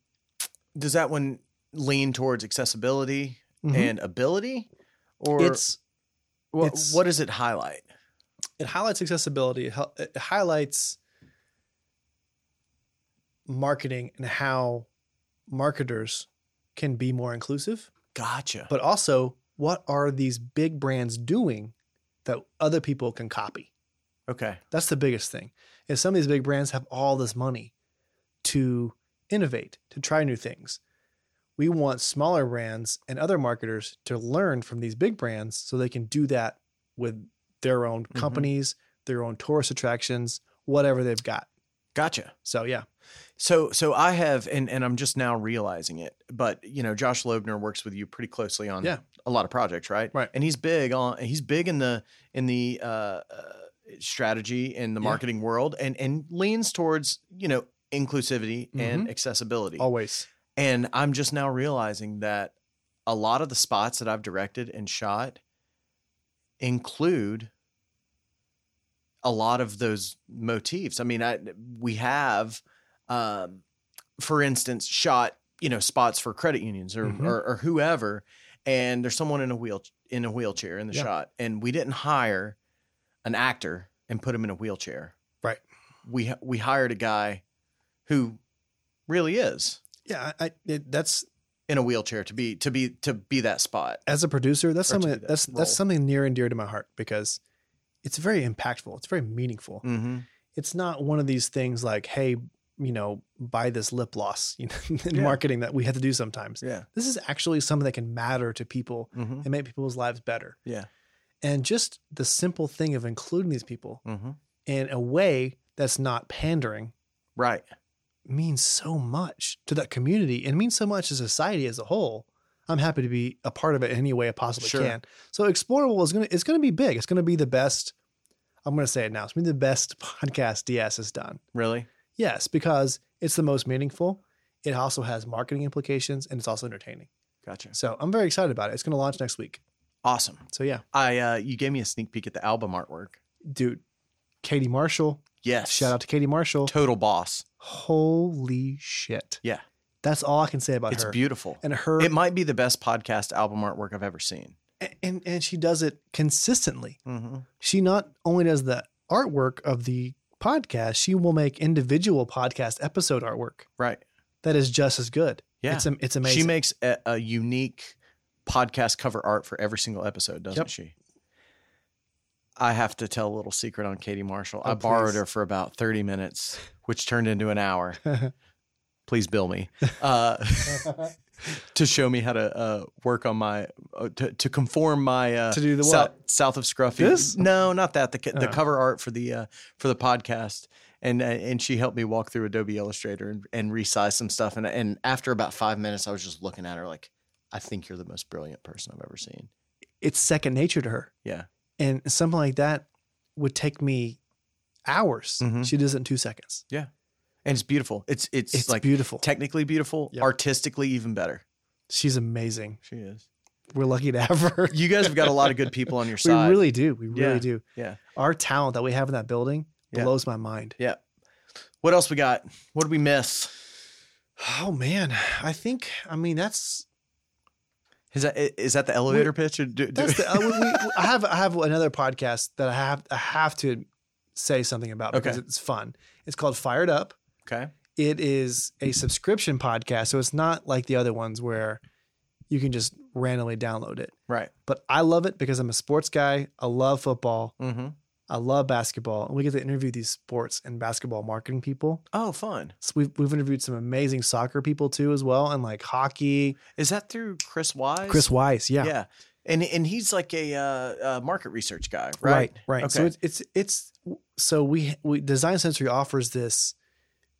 Speaker 1: does that one lean towards accessibility
Speaker 3: Mhm.
Speaker 1: and ability or
Speaker 3: it's
Speaker 1: wha-
Speaker 3: it's-
Speaker 1: what does it highlight?
Speaker 3: it highlights accessibility. It, hel- it highlights marketing and how marketers can be more inclusive,
Speaker 1: Gotcha.
Speaker 3: but also what are these big brands doing that other people can copy?
Speaker 1: okay.
Speaker 3: That's the biggest thing. Is some of these big brands have all this money to innovate, to try new things. We want smaller brands and other marketers to learn from these big brands so they can do that with their own
Speaker 1: Mhm.
Speaker 3: companies, their own tourist attractions, whatever they've got.
Speaker 1: Gotcha.
Speaker 3: So yeah.
Speaker 1: So so I have and and I'm just now realizing it, but you know, Josh Loebner works with you pretty closely on
Speaker 3: Yeah.
Speaker 1: a lot of projects, right?
Speaker 3: Right.
Speaker 1: And he's big on he's big in the in the uh, uh strategy in the
Speaker 3: Yeah.
Speaker 1: marketing world and and leans towards, you know, inclusivity
Speaker 3: Mm-hmm.
Speaker 1: and accessibility.
Speaker 3: Always.
Speaker 1: And I'm just now realizing that a lot of the spots that I've directed and shot include a lot of those motifs. I mean, I we have, um, for instance, shot you know spots for credit unions or,
Speaker 3: Mhm.
Speaker 1: or or whoever, and there's someone in a wheel in a wheelchair in the
Speaker 3: Yeah.
Speaker 1: shot, and we didn't hire an actor and put him in a wheelchair.
Speaker 3: Right.
Speaker 1: We we hired a guy who really is
Speaker 3: Yeah, I, I it, that's
Speaker 1: in a wheelchair to be to be to be that spot.
Speaker 3: as a producer, that's
Speaker 1: Or to
Speaker 3: something
Speaker 1: do
Speaker 3: that,
Speaker 1: that
Speaker 3: that's
Speaker 1: role.
Speaker 3: that's something near and dear to my heart because it's very impactful. It's very meaningful.
Speaker 1: Mm-hmm.
Speaker 3: it's not one of these things like, hey, you know, buy this lip gloss you know, in
Speaker 1: Yeah.
Speaker 3: marketing that we have to do sometimes.
Speaker 1: Yeah.
Speaker 3: This is actually something that can matter to people
Speaker 1: Mm-hmm.
Speaker 3: and make people's lives better.
Speaker 1: Yeah.
Speaker 3: And just the simple thing of including these people
Speaker 1: Mm-hmm.
Speaker 3: in a way that's not pandering
Speaker 1: Right.
Speaker 3: means so much to that community and means so much to society as a whole. I'm happy to be a part of it in any way I possibly
Speaker 1: Sure.
Speaker 3: can. So Explorable is gonna it's gonna be big. It's gonna be the best. I'm gonna say it now. It's gonna be the best podcast DS has done.
Speaker 1: Really.
Speaker 3: Yes, because it's the most meaningful. It also has marketing implications and it's also entertaining.
Speaker 1: Gotcha.
Speaker 3: So I'm very excited about it. It's going to launch next week.
Speaker 1: Awesome.
Speaker 3: So yeah,
Speaker 1: I uh, you gave me a sneak peek at the album artwork.
Speaker 3: dude, Katie Marshall.
Speaker 1: Yes.
Speaker 3: Shout out to Katie Marshall.
Speaker 1: Total boss.
Speaker 3: Holy shit.
Speaker 1: Yeah.
Speaker 3: That's all I can say about
Speaker 1: It's
Speaker 3: her.
Speaker 1: beautiful.
Speaker 3: And her
Speaker 1: it might be the best podcast album artwork I've ever seen.
Speaker 3: and and she does it consistently.
Speaker 1: Mm-hmm.
Speaker 3: She not only does the artwork of the podcast, she will make individual podcast episode artwork
Speaker 1: Right.
Speaker 3: that is just as good.
Speaker 1: Yeah.
Speaker 3: It's am- it's amazing.
Speaker 1: She makes a, a unique podcast cover art for every single episode, doesn't
Speaker 3: Yep.
Speaker 1: she? I have to tell a little secret on Katie Marshall.
Speaker 3: Oh,
Speaker 1: I borrowed
Speaker 3: please.
Speaker 1: her for about 30 minutes, which turned into an hour. please bill me uh, to show me how to uh, work on my uh, to, to conform my uh,
Speaker 3: To do the
Speaker 1: Sou-
Speaker 3: what?
Speaker 1: south of Scruffy.
Speaker 3: This?
Speaker 1: No, not that. The, co- the
Speaker 3: Oh.
Speaker 1: cover art for the uh, for the podcast, and uh, and she helped me walk through Adobe Illustrator and, and resize some stuff. And and after about five minutes, I was just looking at her like, I think you're the most brilliant person I've ever seen.
Speaker 3: it's second nature to her.
Speaker 1: Yeah.
Speaker 3: And something like that would take me hours.
Speaker 1: Mhm.
Speaker 3: She does it in two seconds.
Speaker 1: And it's beautiful. It's it's,
Speaker 3: It's,
Speaker 1: like
Speaker 3: beautiful.
Speaker 1: technically beautiful,
Speaker 3: Yeah.
Speaker 1: artistically even better.
Speaker 3: She's amazing.
Speaker 1: She is.
Speaker 3: We're lucky to have her.
Speaker 1: You guys have got a lot of good people on your
Speaker 3: we
Speaker 1: side.
Speaker 3: really do. We really
Speaker 1: Yeah.
Speaker 3: do.
Speaker 1: Yeah.
Speaker 3: Our talent that we have in that building
Speaker 1: Yeah.
Speaker 3: blows my mind.
Speaker 1: yeah. What else we got? What did we miss?
Speaker 3: Oh man. I think I mean that's
Speaker 1: Is that i- is that the elevator pitch? Or do, do-
Speaker 3: That's the, uh, we, we, I have I have another podcast that I have I have to say something about because
Speaker 1: Okay.
Speaker 3: it's fun. It's called Fired Up.
Speaker 1: okay.
Speaker 3: It is a subscription podcast, so it's not like the other ones where you can just randomly download it.
Speaker 1: Right.
Speaker 3: But I love it because I'm a sports guy. I love football.
Speaker 1: Mm-hmm.
Speaker 3: I love basketball, and we get to interview these sports and basketball marketing people.
Speaker 1: Oh, fun.
Speaker 3: So we've we've interviewed some amazing soccer people too, as well, and like hockey.
Speaker 1: Is that through Chris Wise?
Speaker 3: Chris Weiss, yeah,
Speaker 1: Yeah. And and he's like a uh, uh, market research guy, right?
Speaker 3: right right so
Speaker 1: Okay.
Speaker 3: it's, it's it's so we we design sensory offers this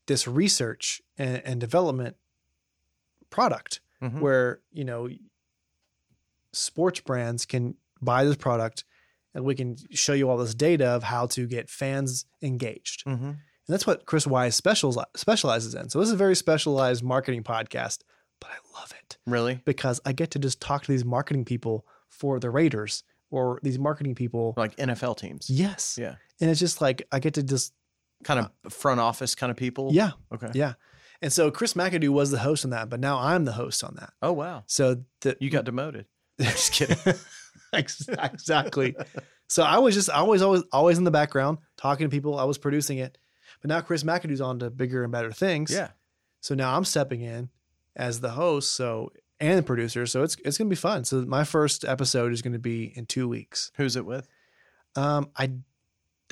Speaker 3: this research and, and development product
Speaker 1: Mhm.
Speaker 3: where you know sports brands can buy this product and we can show you all this data of how to get fans engaged
Speaker 1: Mhm.
Speaker 3: and that's what chris wise specials, specializes in so this is a very specialized marketing podcast but i love it
Speaker 1: Really?
Speaker 3: because i get to just talk to these marketing people for the raiders or these marketing people
Speaker 1: Like NFL teams.
Speaker 3: Yes.
Speaker 1: Yeah.
Speaker 3: And it's just like I get to just
Speaker 1: Kind of front office kind of people.
Speaker 3: Uh, yeah.
Speaker 1: Okay.
Speaker 3: Yeah. And so Chris McAdoo was the host on that, but now I'm the host on that.
Speaker 1: Oh wow.
Speaker 3: So the
Speaker 1: You got demoted. Just kidding.
Speaker 3: Ex- exactly. so I was just always always always in the background talking to people. I was producing it. But now Chris McAdoo's on to bigger and better things.
Speaker 1: yeah.
Speaker 3: So now I'm stepping in as the host, so and the producer. So it's it's gonna be fun. So my first episode is gonna be in two weeks.
Speaker 1: Who's it with?
Speaker 3: Um, I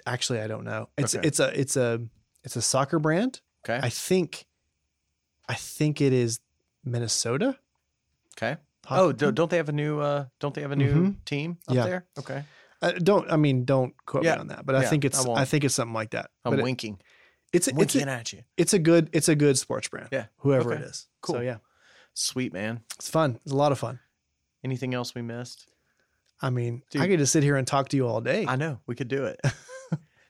Speaker 3: actually I don't know. It's
Speaker 1: Okay.
Speaker 3: it's a it's a it's a soccer brand.
Speaker 1: Okay.
Speaker 3: I think I think it is Minnesota.
Speaker 1: okay. Oh, do, don't they have a new? Uh, don't they have a new team up
Speaker 3: Mm-hmm. Yeah.
Speaker 1: there? Okay.
Speaker 3: I Uh, don't I mean don't quote
Speaker 1: Yeah.
Speaker 3: me on that, but I
Speaker 1: Yeah, I
Speaker 3: think it's
Speaker 1: won't.
Speaker 3: I, think it's something like that.
Speaker 1: I'm
Speaker 3: But it-
Speaker 1: winking.
Speaker 3: it's
Speaker 1: I'm
Speaker 3: a, it's
Speaker 1: winking
Speaker 3: a,
Speaker 1: at you.
Speaker 3: it's a good it's a good sports brand.
Speaker 1: Yeah.
Speaker 3: Whoever
Speaker 1: Okay.
Speaker 3: it is.
Speaker 1: Cool.
Speaker 3: So yeah,
Speaker 1: Sweet man.
Speaker 3: it's fun. It's a lot of fun.
Speaker 1: Anything else we missed?
Speaker 3: I mean,
Speaker 1: Dude.
Speaker 3: I could just sit here and talk to you all day.
Speaker 1: I know we could do it.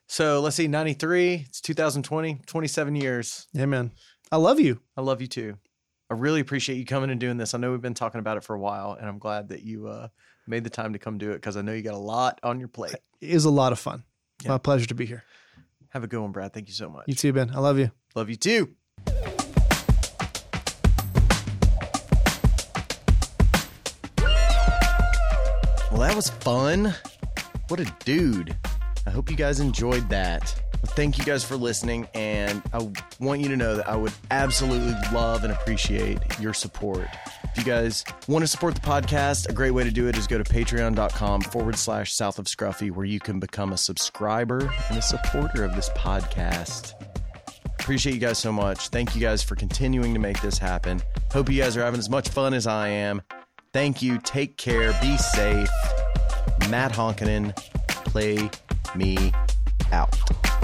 Speaker 1: so let's see. 93. It's 2020. 27 years.
Speaker 3: yeah, man. I love you.
Speaker 1: I love you too. I really appreciate you coming and doing this. I know we've been talking about it for a while, and I'm glad that you uh, made the time to come do it because I know you got a lot on your plate.
Speaker 3: It was a lot of fun.
Speaker 1: Yeah.
Speaker 3: My pleasure to be here.
Speaker 1: Have a good one, Brad. Thank you so much.
Speaker 3: You too, Ben. I love you.
Speaker 1: Love you too. Well, that was fun. What a dude. I hope you guys enjoyed that. Well, thank you guys for listening, and I want you to know that I would absolutely love and appreciate your support. If you guys want to support the podcast, a great way to do it is go to patreon.com forward slash south of scruffy, where you can become a subscriber and a supporter of this podcast appreciate you guys so much. Thank you guys for continuing to make this happen. Hope you guys are having as much fun as I am. Thank you. Take care. Be safe. Matt Honkinen, play me out.